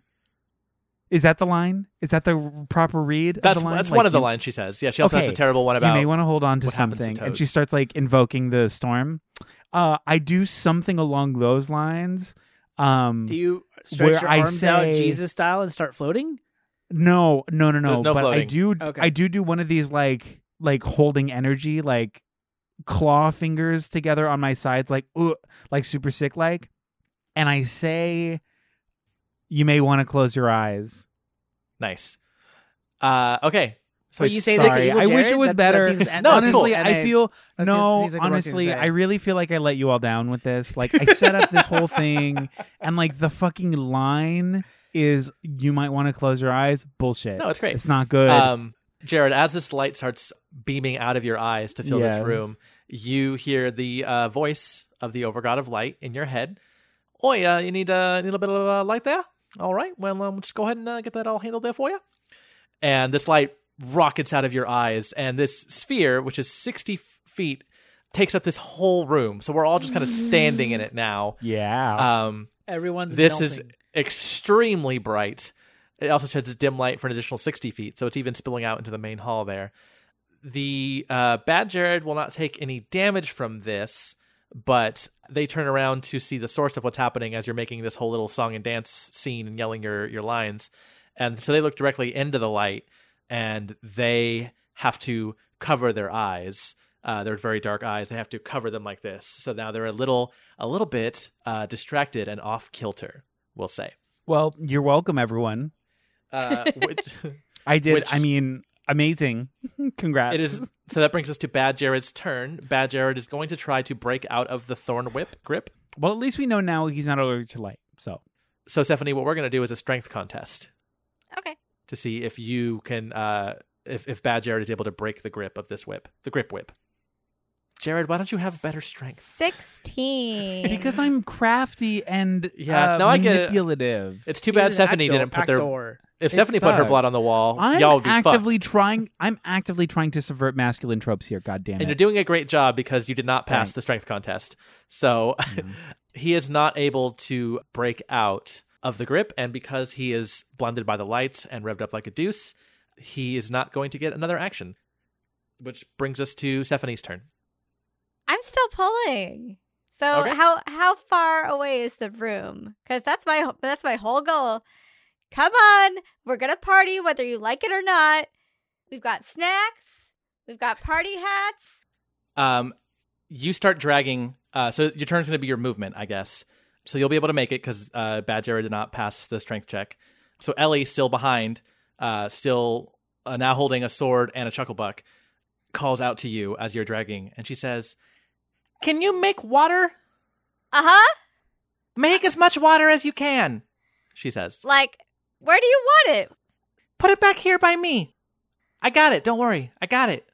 E: Is that the line? Is that the proper read? of
B: That's
E: the line?
B: that's
E: Like,
B: one of the
E: you-
B: lines she says. Yeah, she also
E: Okay.
B: has the terrible one about.
E: you may want to hold on to
B: what happens to
E: something, and
B: Toads.
E: she starts like invoking the storm. Uh, I do something along those lines. Um,
D: Do you stretch
E: where
D: your
E: I
D: arms out
E: say-
D: Jesus style and start floating?
E: No, no, no, no.
B: There's no
E: but I
B: floating.
E: do,
D: Okay.
E: I do do one of these like, like holding energy, like claw fingers together on my sides, like, ooh, like super sick, like, and I say, you may want to close your eyes.
B: nice. Uh, okay. So
D: Wait, you say
E: sorry.
D: that's evil
E: I wish
D: Jared?
E: it was
D: That- that
E: better.
D: seems- that
B: No, it's
D: seems
B: cool.
E: honestly,
D: and
E: I feel
D: that seems like
E: no.
D: the wrong thing to
E: honestly,
D: say.
E: I really feel like I let you all down with this. Like, I set up this whole thing, and like the fucking line is, you might want to close your eyes. Bullshit.
B: No, it's great.
E: It's not good.
B: Um, Jared, as this light starts beaming out of your eyes to fill
E: Yes.
B: this room, you hear the uh, voice of the Overgod of Light in your head. Oh, yeah, you need uh, a little bit of uh, light there? All right, well, um, just go ahead and uh, get that all handled there for you. And this light rockets out of your eyes, and this sphere, which is 60 f- feet, takes up this whole room. So we're all just kind of standing in it now.
E: yeah.
B: Um,
D: Everyone's
B: this is
D: melting.
B: extremely bright. It also sheds dim light for an additional 60 feet, so it's even spilling out into the main hall there. The uh, bad Jared will not take any damage from this, but they turn around to see the source of what's happening as you're making this whole little song and dance scene and yelling your, your lines. And so they look directly into the light and they have to cover their eyes. Uh, they're very dark eyes. They have to cover them like this. So now they're a little, a little bit uh, distracted and off kilter. We'll say.
E: Well, you're welcome, everyone.
B: Uh, which,
E: I did.
B: Which-
E: I mean, amazing. Congrats.
B: it is. So that brings us to Bad Jared's turn. Bad Jared is going to try to break out of the thorn whip grip.
E: Well, at least we know now he's not allergic to light. So
B: So Stephanie, what we're going to do is a strength contest
C: Okay.
B: to see if you can, uh, if if Bad Jared is able to break the grip of this whip, the grip whip. Jared, why don't you have better strength?
C: 16.
E: because I'm crafty and
B: Yeah,
E: uh,
B: no, I get it.
E: manipulative.
B: It's too
D: He's
B: bad
D: an
B: Stephanie
D: actor-
B: didn't put their
D: actor.
B: If
E: It
B: Stephanie put her
E: sucks.
B: blood on the wall,
E: I'm
B: y'all would be
E: actively
B: fucked.
E: trying. I'm actively trying to subvert masculine tropes here. God damn it!
B: and you're doing a great job because you did not pass
E: Thanks.
B: the strength contest. So he is not able to break out of the grip, and because he is blinded by the lights and revved up like a deuce, he is not going to get another action. Which brings us to Stephanie's turn.
C: I'm still pulling. So
B: Okay.
C: how how far away is the room? Because that's my that's my whole goal. Come on, we're gonna party whether you like it or not. We've got snacks. We've got party hats.
B: um, you start dragging. Uh, so your turn's going to be your movement, I guess. So you'll be able to make it because uh, Bad Jared did not pass the strength check. So Ellie, still behind, uh, still uh, now holding a sword and a chucklebuck, calls out to you as you're dragging, and she says, "Can you make water?
C: Uh huh.
B: Make as much water as you can." She says,
C: Like, where do you want it?
B: "Put it back here by me. I got it. Don't worry, I got it."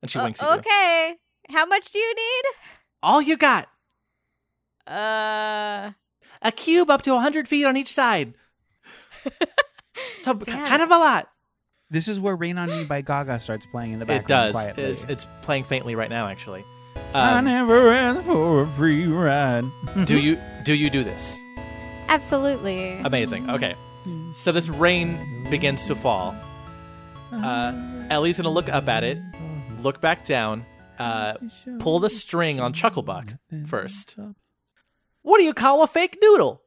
B: And she
C: O-
B: winks at you.
C: Uh, okay. How much do you need?
B: All you got.
C: Uh,
B: a cube up to 100 feet on each side. so k-
C: Damn.
B: kind of a lot.
E: This is where "Rain on Me" by Gaga starts playing in the
B: It
E: background.
B: does.
E: quietly.
B: It's, it's playing faintly right now, actually.
E: I
B: Um,
E: never asked for a free ride.
B: do you do you do this?
C: absolutely.
B: Amazing. Okay. So this rain begins to fall. Uh, Ellie's gonna look up at it, look back down, uh, pull the string on Chucklebuck first. What do you call a fake noodle?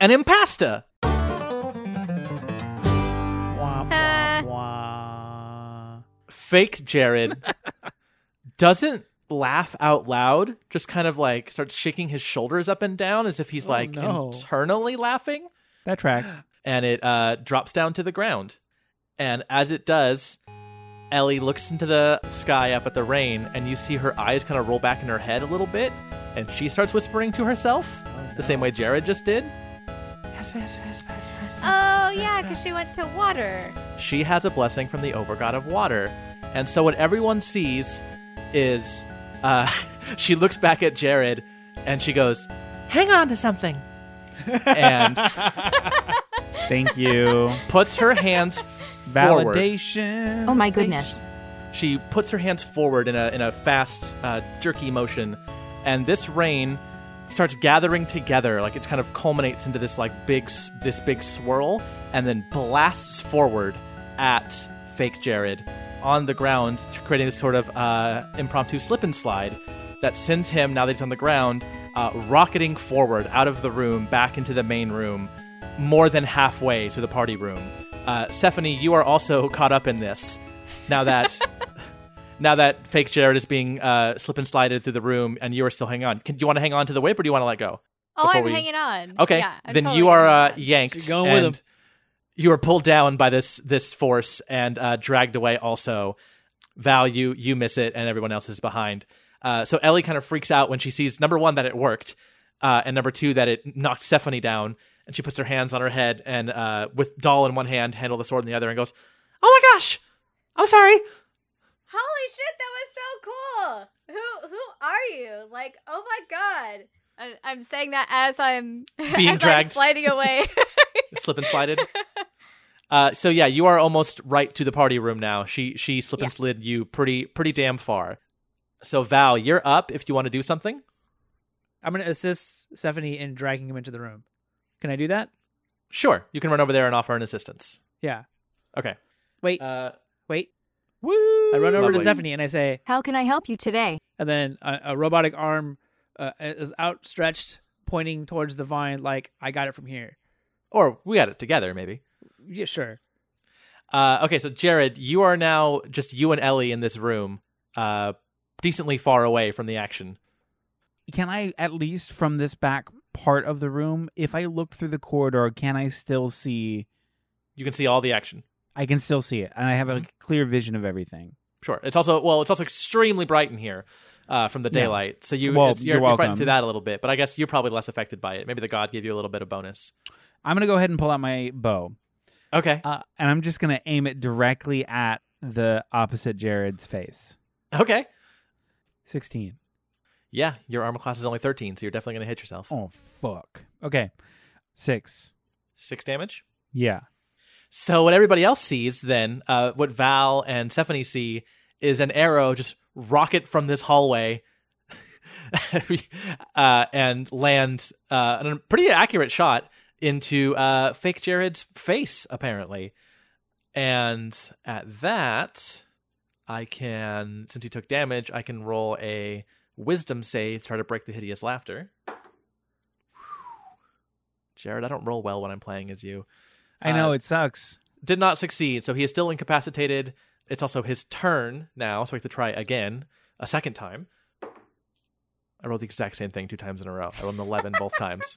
B: An impasta.
D: Wah, wah,
C: Uh.
D: wah.
B: fake Jared doesn't laugh out loud, just kind of like starts shaking his shoulders up and down as if he's
D: Oh,
B: like
D: no.
B: internally laughing.
E: That tracks.
B: And it uh, drops down to the ground. And as it does, Ellie looks into the sky up at the rain, and you see her eyes kind of roll back in her head a little bit. And she starts whispering to herself
D: Oh,
B: the same way Jared just did.
C: Oh yeah, because she went to water.
B: she has a blessing from the overgod of water. And so what everyone sees is uh, she looks back at Jared and she goes, Hang on to something. and
E: Thank you.
B: puts her hands forward.
E: Validation.
F: Oh my goodness.
B: She puts her hands forward in a, in a fast, uh, jerky motion. And this rain starts gathering together. Like it kind of culminates into this like big, s- this big swirl and then blasts forward at fake Jared on the ground, creating this sort of uh, impromptu slip and slide that sends him, now that he's on the ground, uh, rocketing forward out of the room, back into the main room, more than halfway to the party room. Uh, Stephanie, you are also caught up in this. Now that. Now that fake Jared is being uh, slip and slided through the room, and you are still hanging on, Can, do you want to hang on to the whip or do you want to let go?
C: Oh,
B: Before
C: I'm
B: we-
C: hanging on.
B: Okay,
C: Yeah, I'm
B: then
C: totally
B: you are
C: hanging
B: uh,
C: on.
B: yanked
D: She's going with
B: and
D: him.
B: you are pulled down by this this force and uh, dragged away. Also, Val, you you miss it, and everyone else is behind. Uh, so Ellie kind of freaks out when she sees number one that it worked, uh, and number two that it knocked Stephanie down, and she puts her hands on her head and uh, with doll in one hand, handle the sword in the other, and goes, "Oh my gosh, I'm sorry."
C: Holy shit, that was so cool. Who who are you? Like, oh my god. I, I'm saying that as I'm
B: Being
C: as I'm
B: dragged.
C: sliding away.
B: slip and slided. Uh, so yeah, you are almost right to the party room now. She she slip and
C: Yeah.
B: slid you pretty pretty damn far. So Val, you're up if you want to do something.
D: I'm gonna assist Stephanie in dragging him into the room. Can I do that?
B: Sure, you can run over there and offer an assistance.
D: Yeah.
B: Okay.
D: Wait,
B: Uh,
D: wait.
E: Woo!
D: I run over
B: lovely.
D: to Stephanie and I say,
F: How can I help you today?
D: and then a, a robotic arm uh, is outstretched, pointing towards the vine, like I got it from here.
B: or we got it together maybe.
D: Yeah, sure.
B: Uh, okay, so Jared, you are now just you and Ellie in this room, uh, decently far away from the action.
E: Can I at least from this back part of the room, if I look through the corridor, can I still see?
B: You can see all the action.
E: I can still see it, and I have
B: Mm-hmm.
E: a clear vision of everything.
B: Sure. It's also well, it's also extremely bright in here uh, from the
E: Yeah.
B: daylight. So you
E: Well,
B: it's, you're,
E: you're
B: you're fighting
E: welcome.
B: through that a little bit, but I guess you're probably less affected by it. Maybe the god gave you a little bit of bonus.
E: I'm gonna go ahead and pull out my bow,
B: Okay.
E: uh, and I'm just gonna aim it directly at the opposite Jared's face.
B: Okay.
E: Sixteen.
B: Yeah, your armor class is only 13, so you're definitely going to hit yourself.
E: Oh fuck. Okay, six.
B: 6 damage.
E: Yeah.
B: So what everybody else sees then, uh, what Val and Stephanie see is an arrow just rocket from this hallway uh, and land uh, a pretty accurate shot into uh, fake Jared's face, apparently. And at that, I can, since he took damage, I can roll a wisdom save to try to break the hideous laughter. Jared, I don't roll well when I'm playing as you
E: I know
B: Uh,
E: it sucks.
B: did not succeed, so he is still incapacitated. It's also his turn now, so we have to try again. a second time. I rolled the exact same thing two times in a row. I rolled an 11 both times.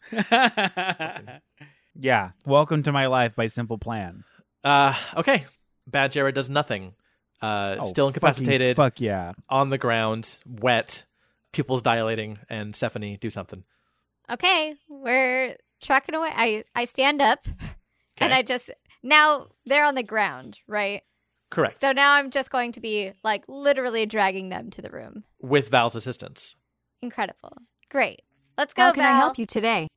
E: Yeah. Welcome to my life by simple plan.
B: Uh, okay. Bad Jared does nothing. Uh,
E: Oh,
B: still
E: fucking
B: incapacitated,
E: Fuck yeah.
B: on the ground, wet, pupils dilating, and Stephanie, do something.
C: okay, we're trucking away. I I stand up, and
B: Okay.
C: I just now they're on the ground, right?
B: Correct.
C: So now I'm just going to be like literally dragging them to the room.
B: With Val's assistance.
C: Incredible, great. Let's go.
F: How can I
C: Val.
F: help you today?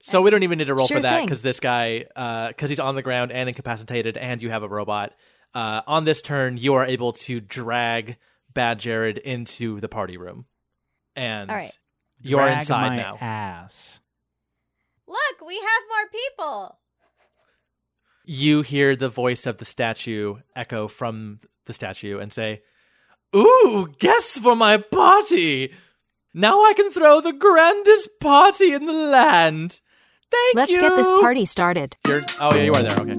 B: So we don't even need to roll
F: Sure
B: for that
F: thing.
B: because this guy, because he's on the ground and incapacitated, and you have a robot. Uh, on this turn, you are able to drag Bad Jared into the party room, and
C: All right.
B: you're
E: Drag
B: inside
E: my
B: now.
E: Ass.
C: Look, we have more people.
B: You hear the voice of the statue echo from the statue and say, "Ooh, guests for my party! Now I can throw the grandest party in the land. Thank
F: Let's
B: you."
F: get this party started.
B: You're, oh yeah, you are there. Okay.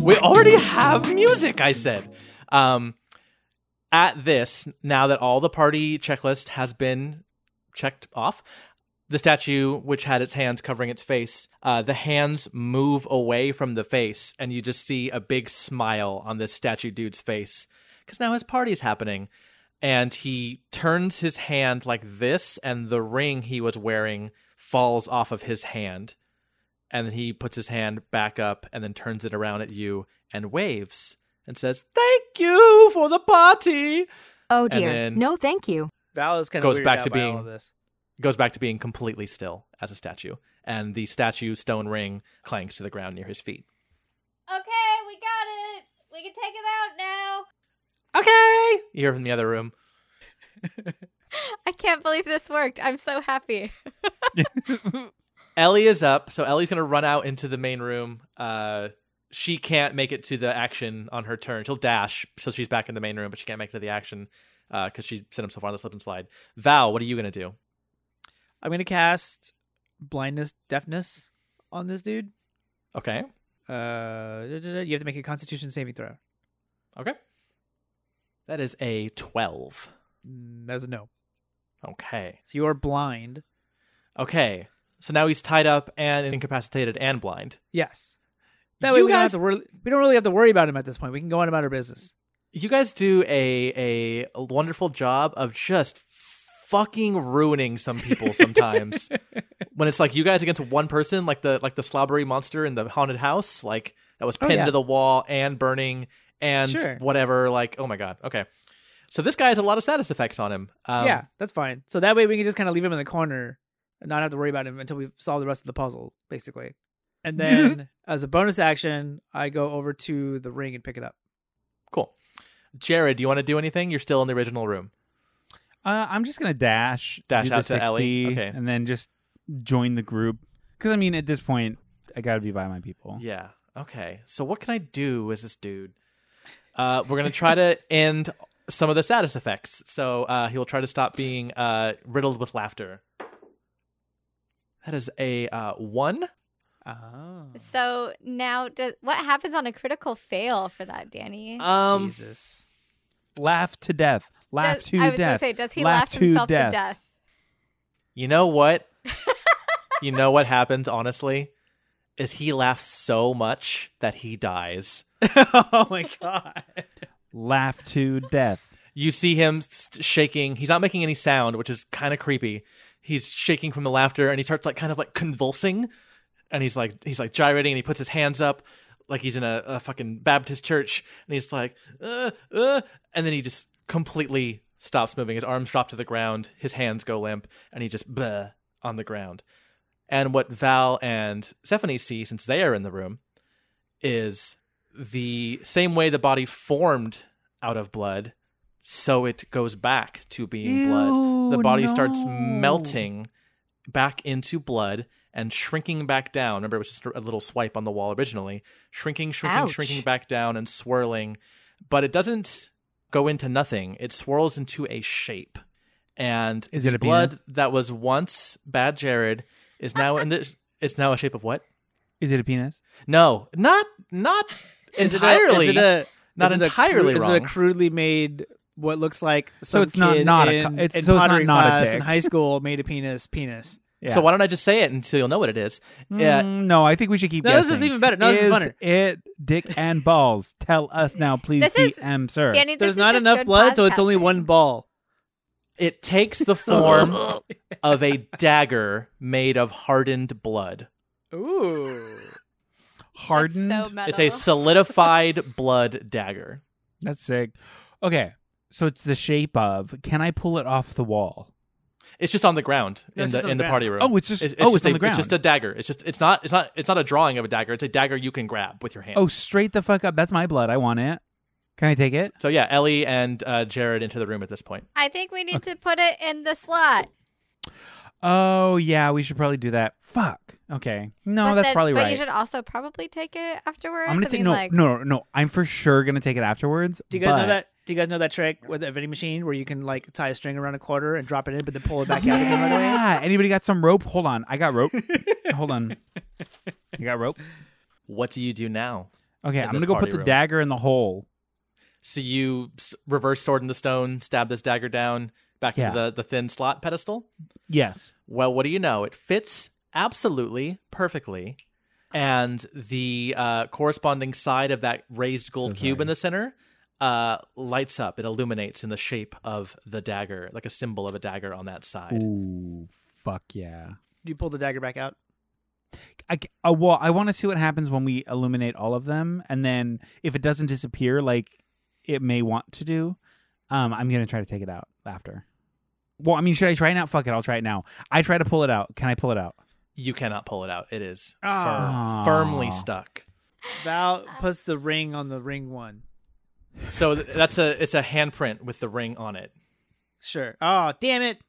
B: We already have music. I said. Um, at this, now that all the party checklist has been checked off, the statue, which had its hands covering its face, uh, the hands move away from the face, and you just see a big smile on this statue dude's face because now his party's happening. And he turns his hand like this, and the ring he was wearing falls off of his hand and then he puts his hand back up and then turns it around at you and waves and says, "Thank you for the party."
F: Oh
B: And
F: dear.
B: then-
F: no, thank you.
D: Val is kind of
B: Goes
D: weirded
B: back
D: out
B: to
D: by all
B: being-
D: of this.
B: Goes back to being completely still as a statue, and the statue stone ring clanks to the ground near his feet.
C: Okay, we got it. We can take him out now.
B: Okay, you hear from the other room.
C: I can't believe this worked. I'm so happy.
B: Ellie is up, so Ellie's gonna run out into the main room. Uh, she can't make it to the action on her turn. She'll dash, so she's back in the main room, but she can't make it to the action because she sent him so far on the slip and slide. Val, what are you gonna do?
D: I'm gonna cast blindness, deafness on this dude.
B: Okay,
D: Uh, da- da- da. you have to make a Constitution saving throw.
B: okay, that is a twelve.
D: Mm, That's a no.
B: Okay.
D: So you are blind.
B: Okay. So now he's tied up and incapacitated and blind.
D: Yes. That way
B: You
D: we don't have
B: guys-
D: to worry. We don't really have to worry about him at this point. We can go on about our business.
B: You guys do a a wonderful job of just fucking ruining some people sometimes. when it's like you guys against one person, like the like the slobbery monster in the haunted house, like that was
D: Oh,
B: pinned
D: yeah.
B: to the wall and burning and
D: Sure.
B: whatever, like, oh my god. Okay. So this guy has a lot of status effects on him. Um,
D: yeah, that's fine. So that way we can just kind of leave him in the corner and not have to worry about him until we solve the rest of the puzzle, basically. And then as a bonus action, I go over to the ring and pick it up.
B: Cool. Jared, do you want to do anything? You're still in the original room.
E: Uh, I'm just gonna dash,
B: Dash
E: do the
B: out to Ellie?
E: 60,
B: Okay.
E: and then just join the group. Because I mean, at this point, I gotta be by my people.
B: Yeah. Okay. So what can I do as this dude? Uh, we're gonna try to end some of the status effects. So uh, he'll try to stop being uh, riddled with laughter. That is a uh, one. Ah.
D: Oh,
C: So now, do, what happens on a critical fail for that, Danny?
E: Uh,
B: Um,
D: Jesus.
E: Laugh to death. Laugh
C: Does-
E: to
C: I was gonna
E: death.
C: say, does he
E: Laugh
C: laugh
E: to
C: himself
E: death.
C: to death?
B: you know what? you know what happens. Honestly, is he laughs so much that he dies.
D: oh my god.
E: Laugh to death.
B: You see him st- shaking. He's not making any sound, which is kind of creepy. He's shaking from the laughter, and he starts like kind of like convulsing, and he's like he's like gyrating, and he puts his hands up, like he's in a, a fucking Baptist church, and he's like, uh, uh, and then he just completely stops moving. His arms drop to the ground, his hands go limp, and he just bleh on the ground. And what Val and Stephanie see, since they are in the room, is the same way the body formed out of blood so it goes back to being blood. The
E: Ew,
B: body starts
E: Oh, no.
B: melting back into blood and shrinking back down. Remember, it was just a little swipe on the wall originally, shrinking, shrinking,
F: Ouch.
B: shrinking back down and swirling. But it doesn't go into nothing. It swirls into a shape, and
E: Is it a
B: blood
E: penis?
B: that was once bad Jared is now in the. It's now a shape of what?
E: Is it a penis?
B: No, not not
D: Is it a-
B: entirely.
D: is it a,
B: not
D: is it a
B: entirely
D: cru-
B: wrong.
D: Is it a crudely made what looks like
E: So
D: some
E: it's not
D: kid
E: not a
D: in,
E: co- it's-
D: in
E: so it's not
D: pottery
E: not a
D: class in
E: dick.
D: high school made a penis penis.
E: Yeah.
B: So why don't I just say it until you'll know what it is? Yeah.
E: Mm, no, I think we should keep.
D: No, this is
E: guessing.
D: even better. No, this is funner.
E: It dick and balls. Tell us now, please.
C: This is-
E: DM sir.
C: Danny, this
D: There's
C: is
D: not
C: just
D: enough
C: good
D: blood, so it's only
C: podcasting.
D: one ball.
B: It takes the form of a dagger made of hardened blood.
D: Ooh.
C: That's so
E: Hardened.
C: metal.
B: It's a solidified blood dagger.
E: That's sick. Okay, so it's the shape of. Can I pull it off the wall?
B: It's just on the ground
D: Yeah,
B: in
D: it's
B: the
D: just on
B: in
D: the
B: the party room.
E: Oh, it's just- oh, it's
B: a,
E: on the ground.
B: It's just a dagger. It's just it's not it's not it's not a drawing of a dagger. It's a dagger you can grab with your hand.
E: Oh, straight the fuck up. That's my blood. I want it. Can I take it?
B: so yeah, Ellie and uh, Jared into the room at this point.
C: I think we need to put it in the slot.
E: Oh yeah, we should probably do that. Fuck. Okay. No,
C: But
E: that's
C: then-
E: probably
C: but
E: right.
C: you should also probably take it afterwards.
E: I'm gonna
C: I
E: take
C: mean,
E: no,
C: like,
E: no, no, no. I'm for sure gonna take it afterwards.
D: Do you guys
E: but-
D: know that? Do you guys know that trick with a vending machine where you can like tie a string around a quarter and drop it in, but then pull it back out again right away?
E: Yeah. Anybody got some rope? Hold on. I got rope. Hold on. You got rope?
B: What do you do now?
E: Okay,
B: At
E: I'm
B: this
E: gonna go put
B: party
E: the
B: room.
E: dagger in the hole.
B: So you s- reverse sword in the stone, stab this dagger down back into
E: Yeah.
B: the, the thin slot pedestal.
E: Yes.
B: Well, what do you know? It fits absolutely perfectly. And the uh, corresponding side of that raised gold
E: So
B: cube in
E: sorry.
B: the center uh, lights up. It illuminates in the shape of the dagger, like a symbol of a dagger on that side.
E: Ooh, fuck yeah.
D: Do you pull the dagger back out?
E: I, c- uh, well, I want to see what happens when we illuminate all of them, and then if it doesn't disappear, like it may want to do, um, I'm gonna try to take it out after. Well, I mean, should I try it now? Fuck it, I'll try it now. I try to pull it out. Can I pull it out?
B: You cannot pull it out. It is fir-
E: Ah.
B: firmly stuck.
C: Um,
D: Val puts the ring on the ring one.
B: So th- that's a it's a handprint with the ring on it.
D: Sure. Oh, damn it.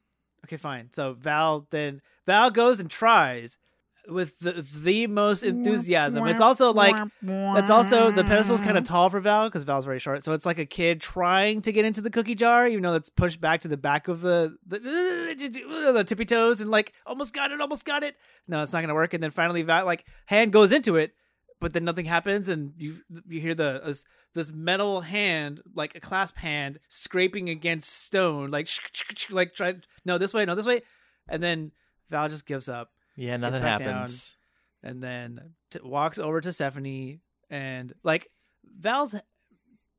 D: Okay, fine. So Val then Val goes and tries with the, the most enthusiasm. It's also like it's also the pedestal's kind of tall for Val because Val's very short. So it's like a kid trying to get into the cookie jar, even though it's pushed back to the back of the the, the tippy toes and like almost got it, almost got it. No, it's not gonna work. And then finally Val like hand goes into it, but then nothing happens, and you you hear the this, this metal hand like a clasp hand scraping against stone, like like try no this way, no this way, and then Val just gives up
B: Yeah, nothing
D: back down.
B: happens.
D: and then t- walks over to Stephanie and like Val's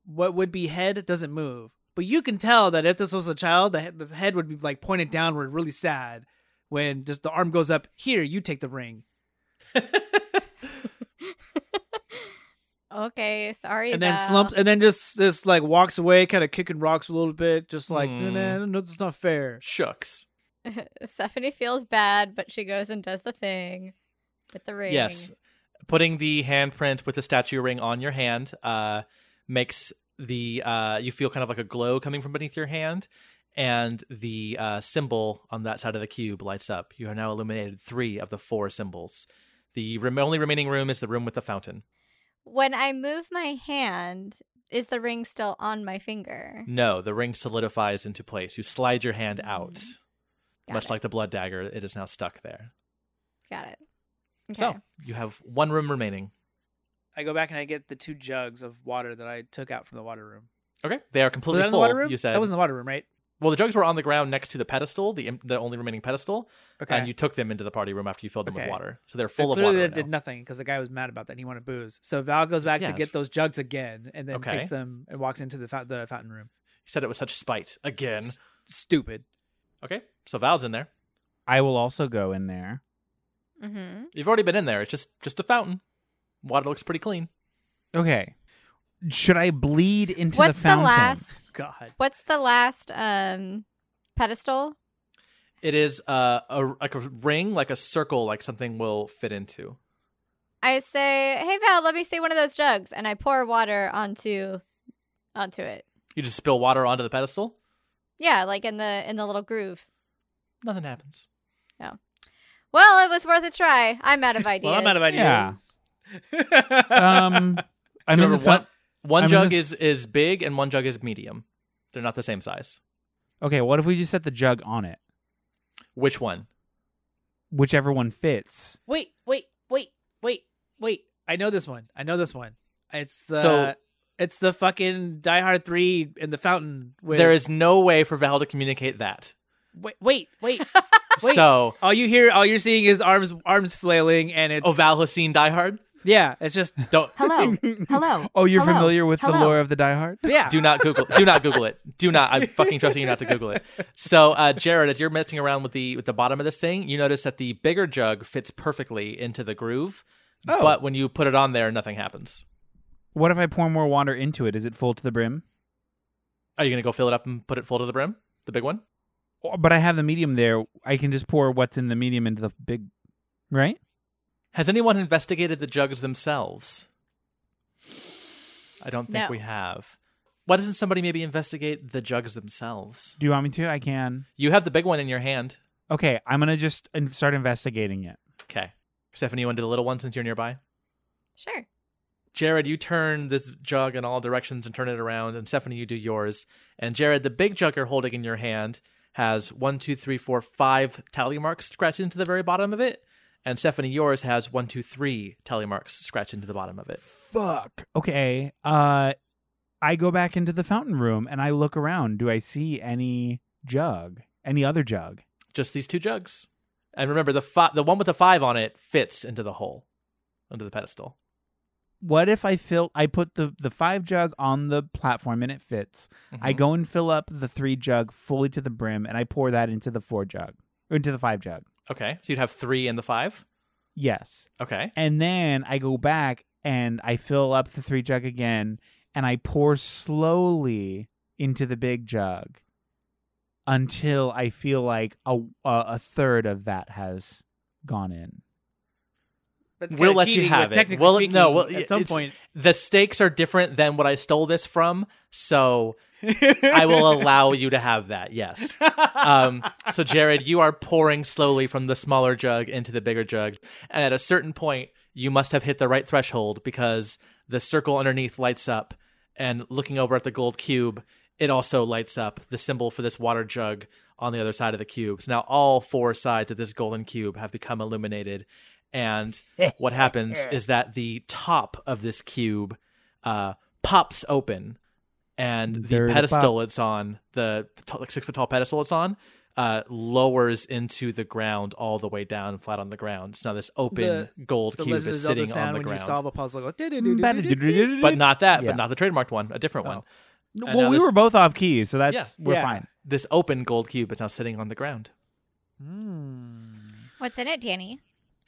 D: what would be head doesn't move, but you can tell that if this was a child, the head, the head would be like pointed downward, really sad. When just the arm goes up, here you take the ring,
C: Okay, sorry.
D: and then
C: Val.
D: slumps, and then just this like walks away, kind of kicking rocks a little bit, just like
B: Hmm.
D: no, no, no, that's not fair.
B: Shucks.
C: Stephanie feels bad, but she goes and does the thing with the ring.
B: Yes. Putting the handprint with the statue ring on your hand uh, makes the uh, you feel kind of like a glow coming from beneath your hand, and the uh, symbol on that side of the cube lights up. You have now illuminated three of the four symbols. The rem- only remaining room is the room with the fountain.
C: When I move my hand, is the ring still on my finger?
D: Mm-hmm.
B: No, the ring solidifies into place. You slide your hand out,
C: Got
B: much
C: it.
B: like the blood dagger. It is now stuck there.
C: Got it.
B: So
C: Okay.
B: you have one room remaining.
D: I go back and I get the two jugs of water that I took out from the water room.
B: Okay, they are
D: Was
B: completely
D: that in the
B: full.
D: water room?
B: You said
D: that was in the water room, right?
B: Well, the jugs were on the ground next to the pedestal, the the only remaining pedestal,
D: Okay.
B: and you took them into the party room after you filled them
D: Okay.
B: with water. So they're
D: They
B: full of
D: clearly
B: water.
D: that
B: right
D: did
B: now.
D: nothing because the guy was mad about that. and He wanted booze. So Val goes back
B: Yeah,
D: to get
B: it's-
D: those jugs again, and then
B: Okay.
D: takes them and walks into the fou- the fountain room.
B: He said it was such spite again.
D: S- Stupid.
B: Okay, so Val's in there.
E: I will also go in there.
C: Mm-hmm.
B: You've already been in there. It's just just a fountain. Water looks pretty clean.
E: Okay. Should I bleed into
C: What's
E: the
C: the,
E: fountain?
C: last?
D: God.
C: What's the last um pedestal?
B: It is uh, a like a ring, like a circle, like something will fit into.
C: I say, "Hey Val, let me see one of those jugs," and I pour water onto onto it.
B: You just spill water onto the pedestal.
C: Yeah, like in the in the little groove.
B: Nothing happens.
C: Well, it was worth a try. I'm out of ideas.
D: Well, I'm out of ideas.
E: Yeah.
B: Uh,
E: Um, I'm
B: So
E: in
B: remember,
E: the
B: one
E: fountain.
B: one
E: I'm in
B: jug
E: the-
B: is is big and one jug is medium. They're not the same size.
E: Okay, what if we just set the jug on it?
B: Which one?
E: Whichever one fits.
D: wait, wait, wait, wait, wait. I know this one. I know this one. It's the
B: So-
D: It's the fucking Die Hard three in the fountain. With,
B: There is no way for Val to communicate that.
D: wait, wait, wait. Wait.
B: So,
D: all you hear, all you're seeing is arms, arms flailing, and it's
B: oh, Val has seen Die Hard.
D: Yeah, it's just
B: Don't
F: Hello. Hello.
E: Oh, you're
F: Hello.
E: familiar with the
F: Hello.
E: lore of the Die Hard?
D: yeah.
B: do not Google. Do not Google it. Do not. I'm fucking trusting you not to Google it. So, uh, Jared, as you're messing around with the with the bottom of this thing, you notice that the bigger jug fits perfectly into the groove,
E: Oh.
B: but when you put it on there, nothing happens.
E: What if I pour more water into it? Is it full to the brim?
B: Are you gonna go fill it up and put it full to the brim? The big one.
E: Or- But I have the medium there. I can just pour what's in the medium into the big, right?
B: Has anyone investigated the jugs themselves? I don't think
C: No.
B: we have. Why doesn't somebody maybe investigate the jugs themselves?
E: Do you want me to? I can.
B: You have the big one in your hand.
E: Okay, I'm gonna just in- start investigating it.
B: Okay. Stephanie, you want to do the little one since you're nearby?
C: Sure.
B: Jared, you turn this jug in all directions and turn it around, and Stephanie, you do yours. And Jared, the big jug you're holding in your hand has one, two, three, four, five tally marks scratched into the very bottom of it. And Stephanie, yours has one, two, three tally marks scratched into the bottom of it.
E: Fuck. Okay. Uh, I go back into the fountain room and I look around. Do I see any jug? Any other jug?
B: Just these two jugs. And remember, the fi- the one with the five on it fits into the hole, under the pedestal.
E: What if I fill? I put the the five jug on the platform and it fits. I
B: Mhm.
E: go and fill up the three jug fully to the brim, and I pour that into the four jug or into the five jug.
B: Okay, so you'd have three and the five.
E: Yes,
B: Okay,
E: and then I go back and I fill up the three jug again, and I pour slowly into the big jug until I feel like a a, a third of that has gone in.
D: That's
B: We'll
D: kinda
B: let you
D: cheating,
B: have
D: but
B: it.
D: Technically
B: We'll-
D: speaking,
B: no, well,
D: at some
B: it's-
D: point,
B: the stakes are different than what I stole this from, so I will allow you to have that. Yes. Um, so, Jared, you are pouring slowly from the smaller jug into the bigger jug. And at a certain point, you must have hit the right threshold because the circle underneath lights up. And looking over at the gold cube, it also lights up the symbol for this water jug on the other side of the cube. So now all four sides of this golden cube have become illuminated. And what happens is that the top of this cube uh, pops open and the
E: Dirty
B: pedestal it's on the t- like six foot tall pedestal it's on uh, lowers into the ground all the way down flat on the ground so now this open gold
D: the
B: cube
D: Legend of
B: is
D: Zelda
B: sitting on
D: sound
B: the
D: when you
B: ground
D: solve a puzzle. Goes,
B: but not that
E: Yeah.
B: but not the trademarked one a different
D: Oh.
B: one and now
E: well, we
B: this-
E: were both off key, so that's we're
D: Yeah.
E: fine.
B: this open gold cube is now sitting on the ground
C: What's in it, Danny?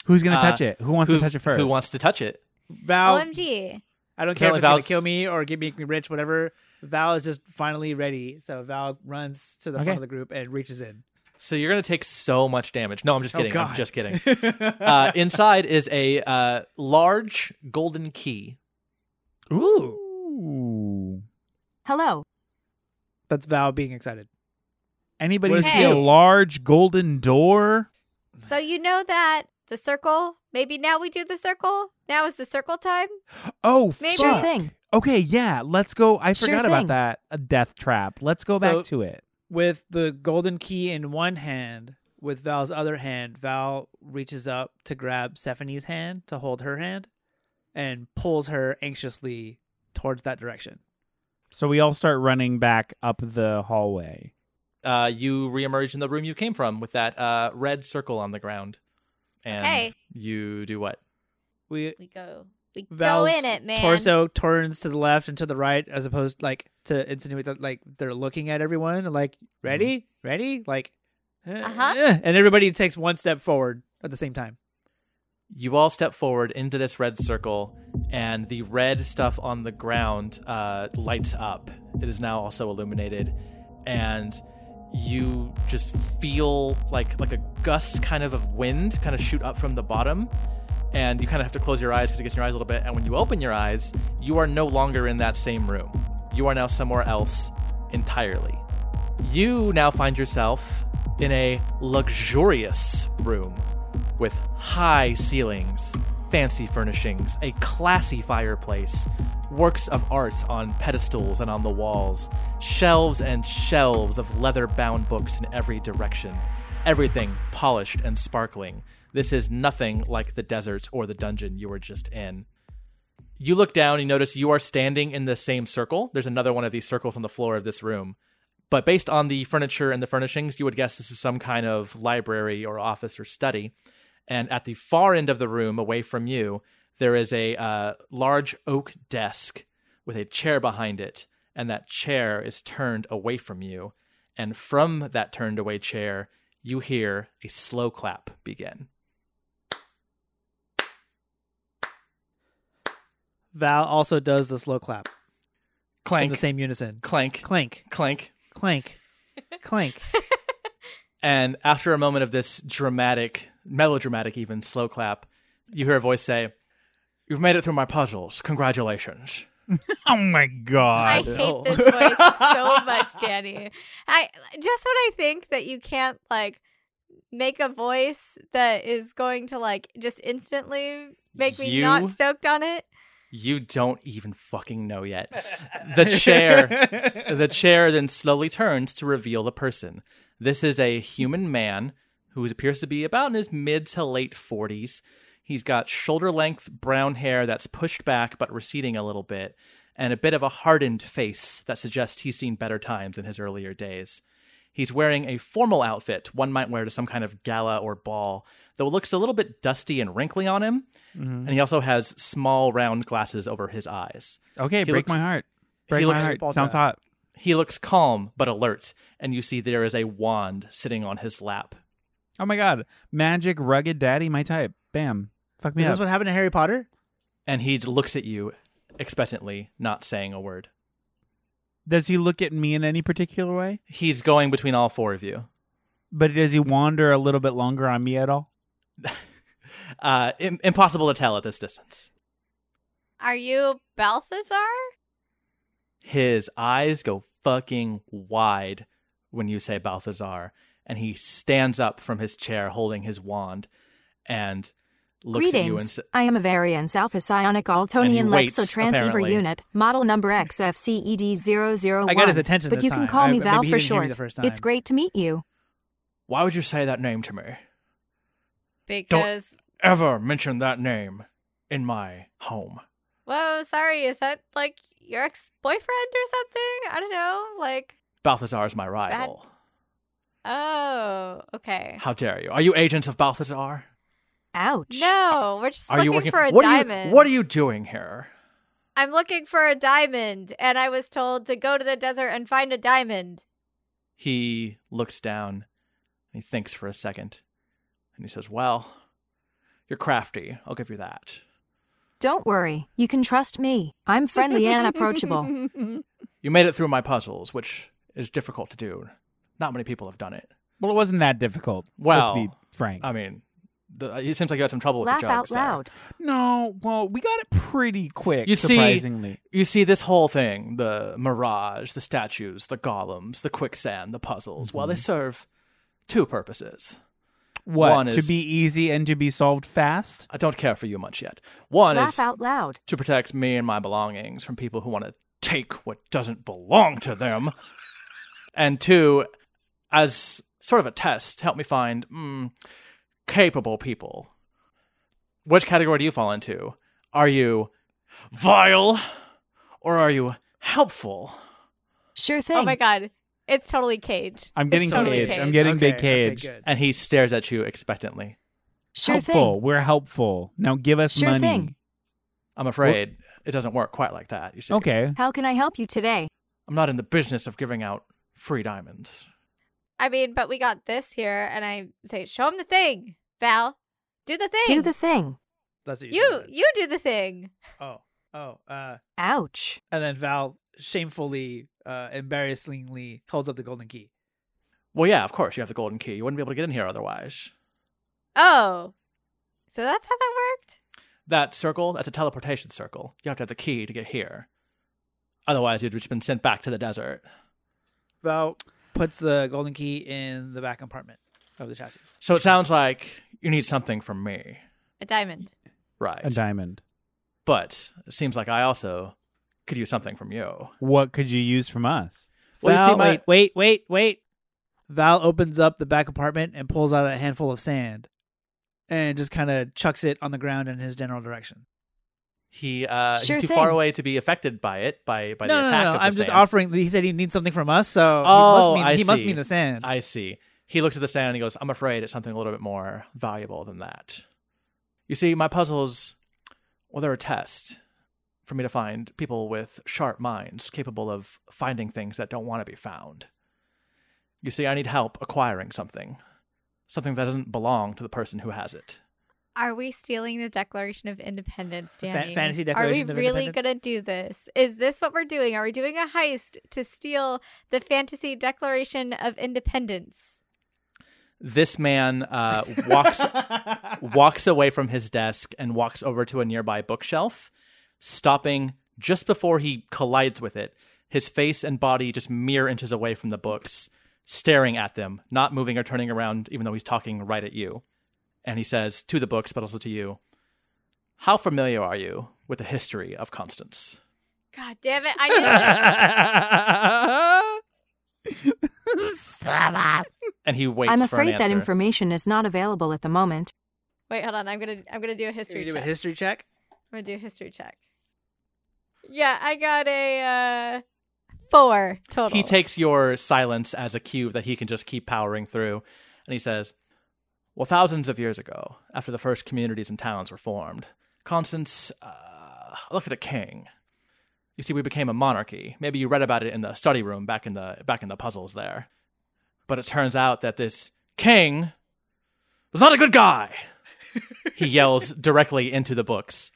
E: Who's gonna
B: Uh,
E: touch it? Who wants
B: who,
E: to touch it first?
B: who wants to touch it
D: Val,
C: OMG.
D: I don't care
B: Apparently
D: if it's going
B: Val's-
D: to kill me or get me rich, whatever. Val is just finally ready. So Val runs to the
E: Okay.
D: front of the group and reaches in.
B: so you're gonna take so much damage no i'm just
D: Oh,
B: kidding i'm
D: God.
B: just kidding uh, inside is a uh, large golden key
E: Ooh.
F: Hello.
D: That's Val being excited.
E: Anybody
D: What
C: does
E: see
C: he
E: a
C: do?
E: large golden door?
C: So you know that the circle, maybe now we do the circle? Now is the circle time?
E: Oh,
C: Maybe.
F: Sure
E: fuck.
F: thing.
E: Okay, yeah, let's go. I
F: Sure
E: forgot
F: thing.
E: about that. A death trap. Let's go
D: So-
E: back to it.
D: With the golden key in one hand, with Val's other hand, Val reaches up to grab Stephanie's hand to hold her hand and pulls her anxiously towards that direction.
E: So we all start running back up the hallway.
B: uh, you reemerge in the room you came from with that uh, red circle on the ground. And
C: Okay.
B: you do what?
D: We
C: We go. We
D: Val's
C: go in it, man.
D: torso turns to the left and to the right, as opposed like to insinuate that like they're looking at everyone, and, like ready, ready, like, eh,
C: Uh-huh.
D: eh, and everybody takes one step forward at the same time.
B: You all step forward into this red circle, and the red stuff on the ground uh, lights up. It is now also illuminated, and you just feel like like a gust kind of of wind kind of shoot up from the bottom, and you kind of have to close your eyes because it gets in your eyes a little bit. And when you open your eyes, you are no longer in that same room. You are now somewhere else entirely. You now find yourself in a luxurious room with high ceilings, fancy furnishings, a classy fireplace, works of art on pedestals and on the walls, shelves and shelves of leather bound books in every direction, everything polished and sparkling. This is nothing like the desert or the dungeon you were just in. You look down, you notice you are standing in the same circle. There's another one of these circles on the floor of this room. But based on the furniture and the furnishings, you would guess this is some kind of library or office or study. And at the far end of the room, away from you, there is a uh, large oak desk with a chair behind it. And that chair is turned away from you. And from that turned away chair, you hear a slow clap begin.
D: Val also does the slow clap in
B: Clank,
D: the same unison.
B: clank,
D: Clank,
B: clank.
D: clank, clank.
B: And after a moment of this dramatic, melodramatic, even slow clap, you hear a voice say, You've made it through my puzzles. Congratulations.
E: Oh my
C: I
E: god.
D: know.
C: hate this voice so much, Danny. I just when I think that you can't like make a voice that is going to like just instantly make me
B: You-
C: not stoked on it.
B: You don't even fucking know yet. The chair, the chair then slowly turns to reveal the person. This is a human man who appears to be about in his mid to late 40s. He's got shoulder length brown hair that's pushed back but receding a little bit, and a bit of a hardened face that suggests he's seen better times in his earlier days. He's wearing a formal outfit one might wear to some kind of gala or ball, though it looks a little bit dusty and wrinkly on him. And he also has small round glasses over his eyes.
E: Okay,
B: He
E: break
B: looks-
E: my heart. Break
B: he
E: my
B: looks-
E: heart. Sounds hot.
B: He looks calm but alert, and you see there is a wand sitting on his lap.
E: Oh my god. Magic rugged daddy, my type. Bam. Fuck me
D: Is
E: up.
D: this what happened to Harry Potter?
B: And he looks at you expectantly, not saying a word.
E: Does he look at me in any particular way?
B: He's going between all four of you.
E: But does he wander a little bit longer on me at all?
B: Uh, im- impossible to tell at this distance.
C: Are you Balthazar?
B: His eyes go fucking wide when you say Balthazar, and he stands up from his chair holding his wand and looks at you and
F: Greetings.
B: says,
F: I am a variance Alpha Psionic
B: And
F: Altonian
B: he waits,
F: Lexo Transceiver
B: apparently.
F: Unit, model number E XFCED001.
D: I got his attention
F: But
D: this
F: you can
D: time.
F: call
D: I-
F: me
D: maybe
F: Val
D: he
F: for
D: didn't hear me
F: short.
D: the first
F: It's
D: time.
F: great to meet you.
B: Why would you say that name to me?
C: Because
B: Ever mention that name in my home?
C: whoa, sorry, is that like your ex boyfriend or something? I don't know. Like
B: Balthazar is my rival.
C: oh, okay.
B: How dare you? Are you agents of Balthazar?
F: Ouch.
C: No, we're just
B: Are
C: looking
B: you working
C: for a
B: what Are
C: diamond.
B: you, what are you doing here?
C: I'm looking for a diamond, and I was told to go to the desert and find a diamond.
B: He looks down and he thinks for a second and he says, Well, you're crafty. I'll give you that.
F: Don't worry. You can trust me. I'm friendly and approachable.
B: You made it through my puzzles, which is difficult to do. Not many people have done it.
E: Well, it wasn't that difficult.
B: Well, um,
E: let's be frank.
B: I mean, the, it seems like you had some trouble with
F: Laugh
B: the
F: out
B: jugs there.
F: loud.
E: no, well, we got it pretty quick,
B: You see-
E: surprisingly.
B: You see this whole thing the mirage, the statues, the golems, the quicksand, the puzzles. Well, they serve two purposes.
E: what?
B: One
E: To
B: is-
E: be easy and to be solved fast?
B: I don't care for you much yet. One
F: Laugh
B: is
F: out loud.
B: to protect me and my belongings from people who want to take what doesn't belong to them. and two, as sort of a test, help me find mm, capable people. Which category do you fall into? Are you vile or are you helpful?
F: Sure thing.
C: Oh my god, it's totally Cage.
E: I'm getting
C: it's totally
E: caged. I'm
C: Cage.
E: getting big
D: Okay, okay,
E: cage.
D: good.
B: And he stares at you expectantly.
F: Sure
E: helpful.
F: thing.
E: We're helpful. Now give us
F: Sure
E: money.
F: thing.
B: I'm afraid it doesn't work quite like that. You see,
E: Okay.
F: How can I help you today?
B: I'm not in the business of giving out free diamonds.
C: I mean, but we got this here, and I say, show him the thing, Val. Do the thing.
F: Do the thing.
D: That's what
C: you
D: said.
C: you do the thing.
D: Oh, oh. Uh,
F: Ouch.
D: and then Val shamefully, uh, embarrassingly holds up the golden key.
B: Well, yeah, of course you have the golden key. You wouldn't be able to get in here otherwise.
C: Oh, so that's how that worked.
B: That circle, that's a teleportation circle. You have to have the key to get here. Otherwise, you'd just been sent back to the desert.
D: Val puts the golden key in the back compartment of the chassis.
B: So it sounds like you need something from me.
C: A diamond.
B: Right.
E: A diamond.
B: but it seems like I also could use something from you.
E: What could you use from us?
B: Well, you
D: Val,
B: see, my-
D: wait, wait, wait, wait. Val opens up the back compartment and pulls out a handful of sand, and just kind of chucks it on the ground in his general direction.
B: He uh,
F: Sure
B: he's too far
F: thing.
B: away to be affected by it by by
D: no,
B: the
D: no, no,
B: attack.
D: no,
B: Of the
D: I'm just
B: sand.
D: offering. He said he needs something from us, so
B: Oh,
D: he must mean,
B: I
D: he must
B: see.
D: mean the sand.
B: I see. He looks at the sand and he goes, I'm afraid it's something a little bit more valuable than that. You see, my puzzles, well, they're a test for me to find people with sharp minds capable of finding things that don't want to be found. You see, I need help acquiring something, something that doesn't belong to the person who has it.
C: Are we stealing the Declaration of Independence,
D: The fa-
C: Danny?
D: fantasy
C: Are
D: Declaration
C: we
D: of
C: really
D: Independence?
C: gonna do this? Is this what we're doing? Are we doing a heist to steal the fantasy Declaration of Independence?
B: This man uh, walks walks away from his desk and walks over to a nearby bookshelf, stopping just before he collides with it. His face and body just mere inches away from the books, staring at them, not moving or turning around, even though he's talking right at you. And he says to the books, but also to you, How familiar are you with the history of Constance?
C: God damn it! I knew it.
B: And he waits
F: I'm
B: for an
F: afraid that
B: answer.
F: information is not available at the moment.
C: Wait, hold on. I'm gonna I'm gonna do a
D: Should
C: history
D: we do a
C: check.
D: history check?
C: I'm gonna do a history check. Yeah, I got a uh, four total.
B: He takes your silence as a cue that he can just keep powering through. And he says, Well, thousands of years ago, after the first communities and towns were formed, Constance uh, looked at a king. You see, we became a monarchy. Maybe you read about it in the study room back in the back in the puzzles there. But it turns out that this king was not a good guy. he yells directly into the books.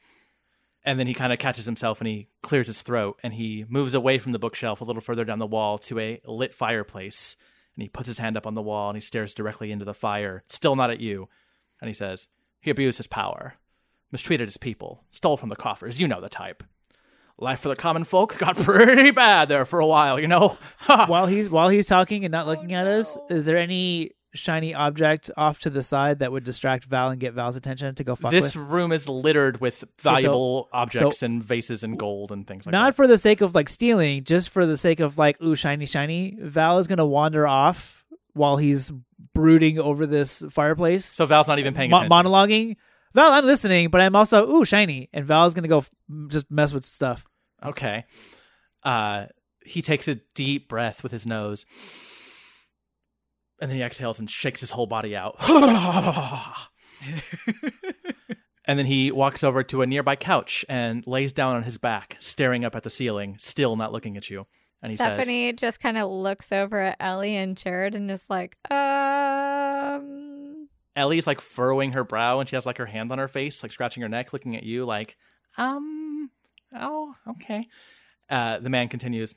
B: And then he kind of catches himself and he clears his throat and he moves away from the bookshelf a little further down the wall to a lit fireplace. And he puts his hand up on the wall and he stares directly into the fire, still not at you. And he says, He abused his power, mistreated his people, stole from the coffers. You know the type. Life for the common folk got pretty bad there for a while, you know?
D: while he's while he's talking and not looking at us, is there any shiny object off to the side that would distract Val and get Val's attention to go fuck
B: this
D: with?
B: room is littered with valuable objects and vases and gold and things like
D: Not
B: that.
D: for the sake of like stealing, just for the sake of like ooh shiny shiny. Val is gonna wander off while he's brooding over this fireplace,
B: so Val's not even paying
D: mo-
B: attention.
D: monologuing. Val, I'm listening, but I'm also ooh shiny, and Val's gonna go f- just mess with stuff.
B: Okay. Uh, he takes a deep breath with his nose. And then he exhales and shakes his whole body out. and then he walks over to a nearby couch and lays down on his back, staring up at the ceiling, still not looking at you. And he says,
C: Stephanie just kind of looks over at Ellie and Jared and is like, um,
B: Ellie's like furrowing her brow and she has like her hand on her face, like scratching her neck, looking at you like, um, oh, okay. Uh, the man continues,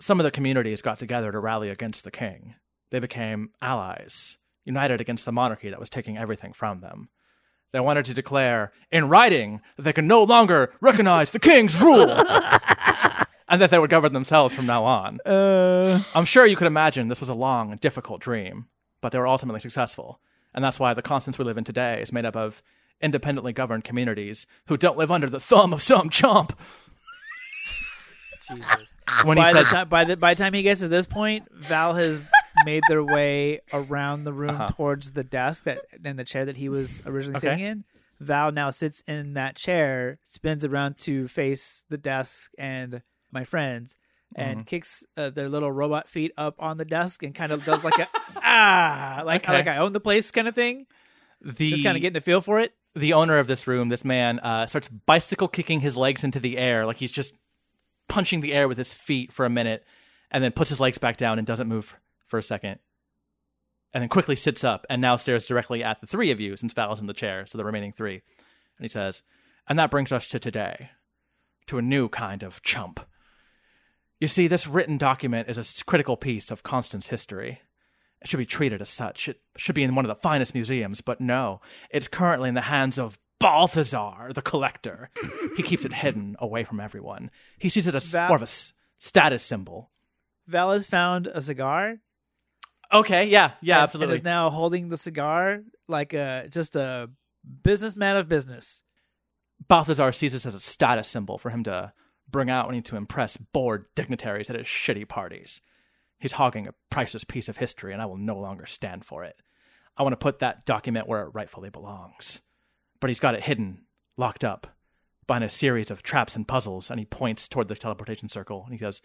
B: some of the communities got together to rally against the king. They became allies, united against the monarchy that was taking everything from them. They wanted to declare in writing that they could no longer recognize the king's rule and that they would govern themselves from now on.
D: Uh,
B: I'm sure you could imagine this was a long and difficult dream, but they were ultimately successful. And that's why the Constance we live in today is made up of independently governed communities who don't live under the thumb of some chump. When he
D: by, the
B: says,
D: time, by the by the time he gets to this point, Val has made their way around the room
B: Uh-huh.
D: towards the desk that and the chair that he was originally
B: Okay.
D: sitting in. Val now sits in that chair, spins around to face the desk and my friends, and
B: Mm-hmm.
D: kicks uh, their little robot feet up on the desk and kind of does like a ah, like
B: Okay.
D: like I own the place kind of thing.
B: the,
D: Just kind of getting a feel for it.
B: the owner of this room, this man, uh, starts bicycle kicking his legs into the air, like he's just punching the air with his feet for a minute, and then puts his legs back down and doesn't move for a second, and then quickly sits up and now stares directly at the three of you, since Val's in the chair, so the remaining three, and he says, "And that brings us to today, to a new kind of chump." You see, this written document is a s- critical piece of Constance history. It should be treated as such. It should be in one of the finest museums, but no, it's currently in the hands of Balthazar, the collector. he keeps it hidden away from everyone. He sees it as
D: That-
B: more of a s- status symbol.
D: Val has found a cigar
B: Okay, yeah, yeah,
D: and-
B: absolutely.
D: And is now holding the cigar like a just a businessman of business.
B: Balthazar sees this as a status symbol for him to bring out when he to impress bored dignitaries at his shitty parties. He's hogging a priceless piece of history, and I will no longer stand for it. I want to put that document where it rightfully belongs. But he's got it hidden, locked up, behind a series of traps and puzzles, and he points toward the teleportation circle, and he goes,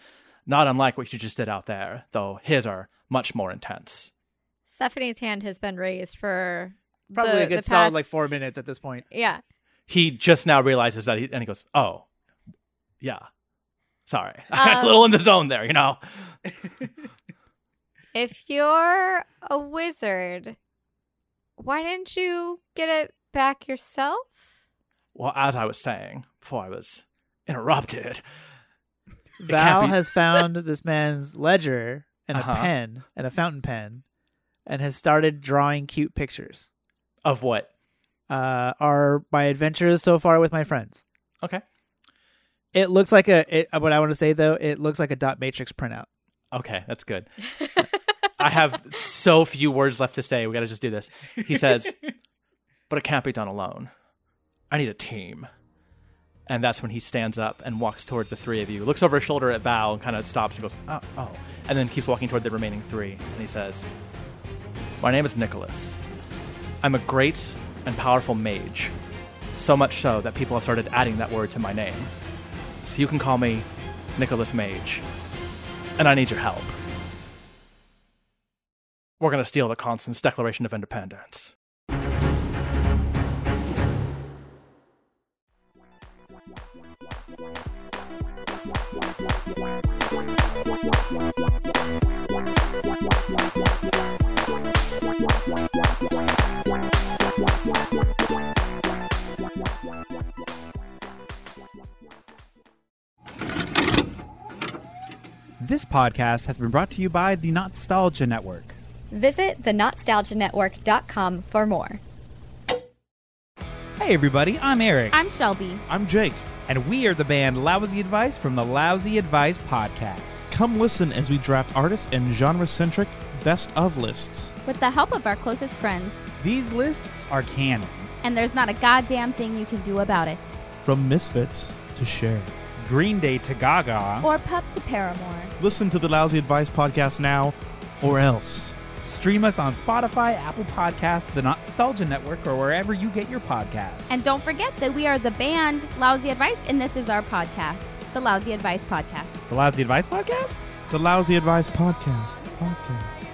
B: "Not unlike what you just did out there, though his are much more intense."
C: Stephanie's hand has been raised for
D: Probably
C: the,
D: a good
C: the
D: solid
C: past-
D: like four minutes at this point.
C: Yeah.
B: He just now realizes that, he, and he goes, "Oh, yeah, sorry,
C: Um,
B: a little in the zone there, you know."
C: If you're a wizard, why didn't you get it back yourself?
B: Well, as I was saying before, I was interrupted. It can't
D: Val
B: be-
D: has found this man's ledger and
B: Uh-huh.
D: a pen and a fountain pen, and has started drawing cute pictures.
B: of what
D: Uh, are my adventures so far with my friends?
B: Okay.
D: It looks like a. It, what I want to say though, it looks like a dot matrix printout.
B: Okay, that's good. I have so few words left to say. We got to just do this. He says, but it can't be done alone. I need a team. And that's when he stands up and walks toward the three of you, looks over his shoulder at Val and kind of stops and goes, oh, oh, and then keeps walking toward the remaining three. And he says, My name is Nicholas. I'm a great and powerful mage, so much so that people have started adding that word to my name. So you can call me Nicholas Mage and I need your help. We're going to steal the Constance Declaration of Independence.
E: This podcast has been brought to you by the Nostalgia Network.
C: Visit the nostalgianetwork.com for more.
E: Hey, everybody, I'm Eric.
G: I'm Shelby.
H: I'm Jake.
E: and we are the band Lousy Advice from the Lousy Advice Podcast.
H: Come listen as we draft artists and genre centric best of lists.
G: With the help of our closest friends,
E: These lists are canon.
G: and there's not a goddamn thing you can do about it.
H: From misfits to share.
E: Green Day to Gaga,
G: Or pup to Paramore.
H: Listen to the Lousy Advice Podcast now, or else.
E: stream us on Spotify, Apple Podcasts, the Nostalgia Network, or wherever you get your podcasts.
G: And don't forget that we are the band Lousy Advice, and this is our podcast, the Lousy Advice Podcast.
E: the Lousy Advice Podcast?
H: The Lousy Advice Podcast. Podcast.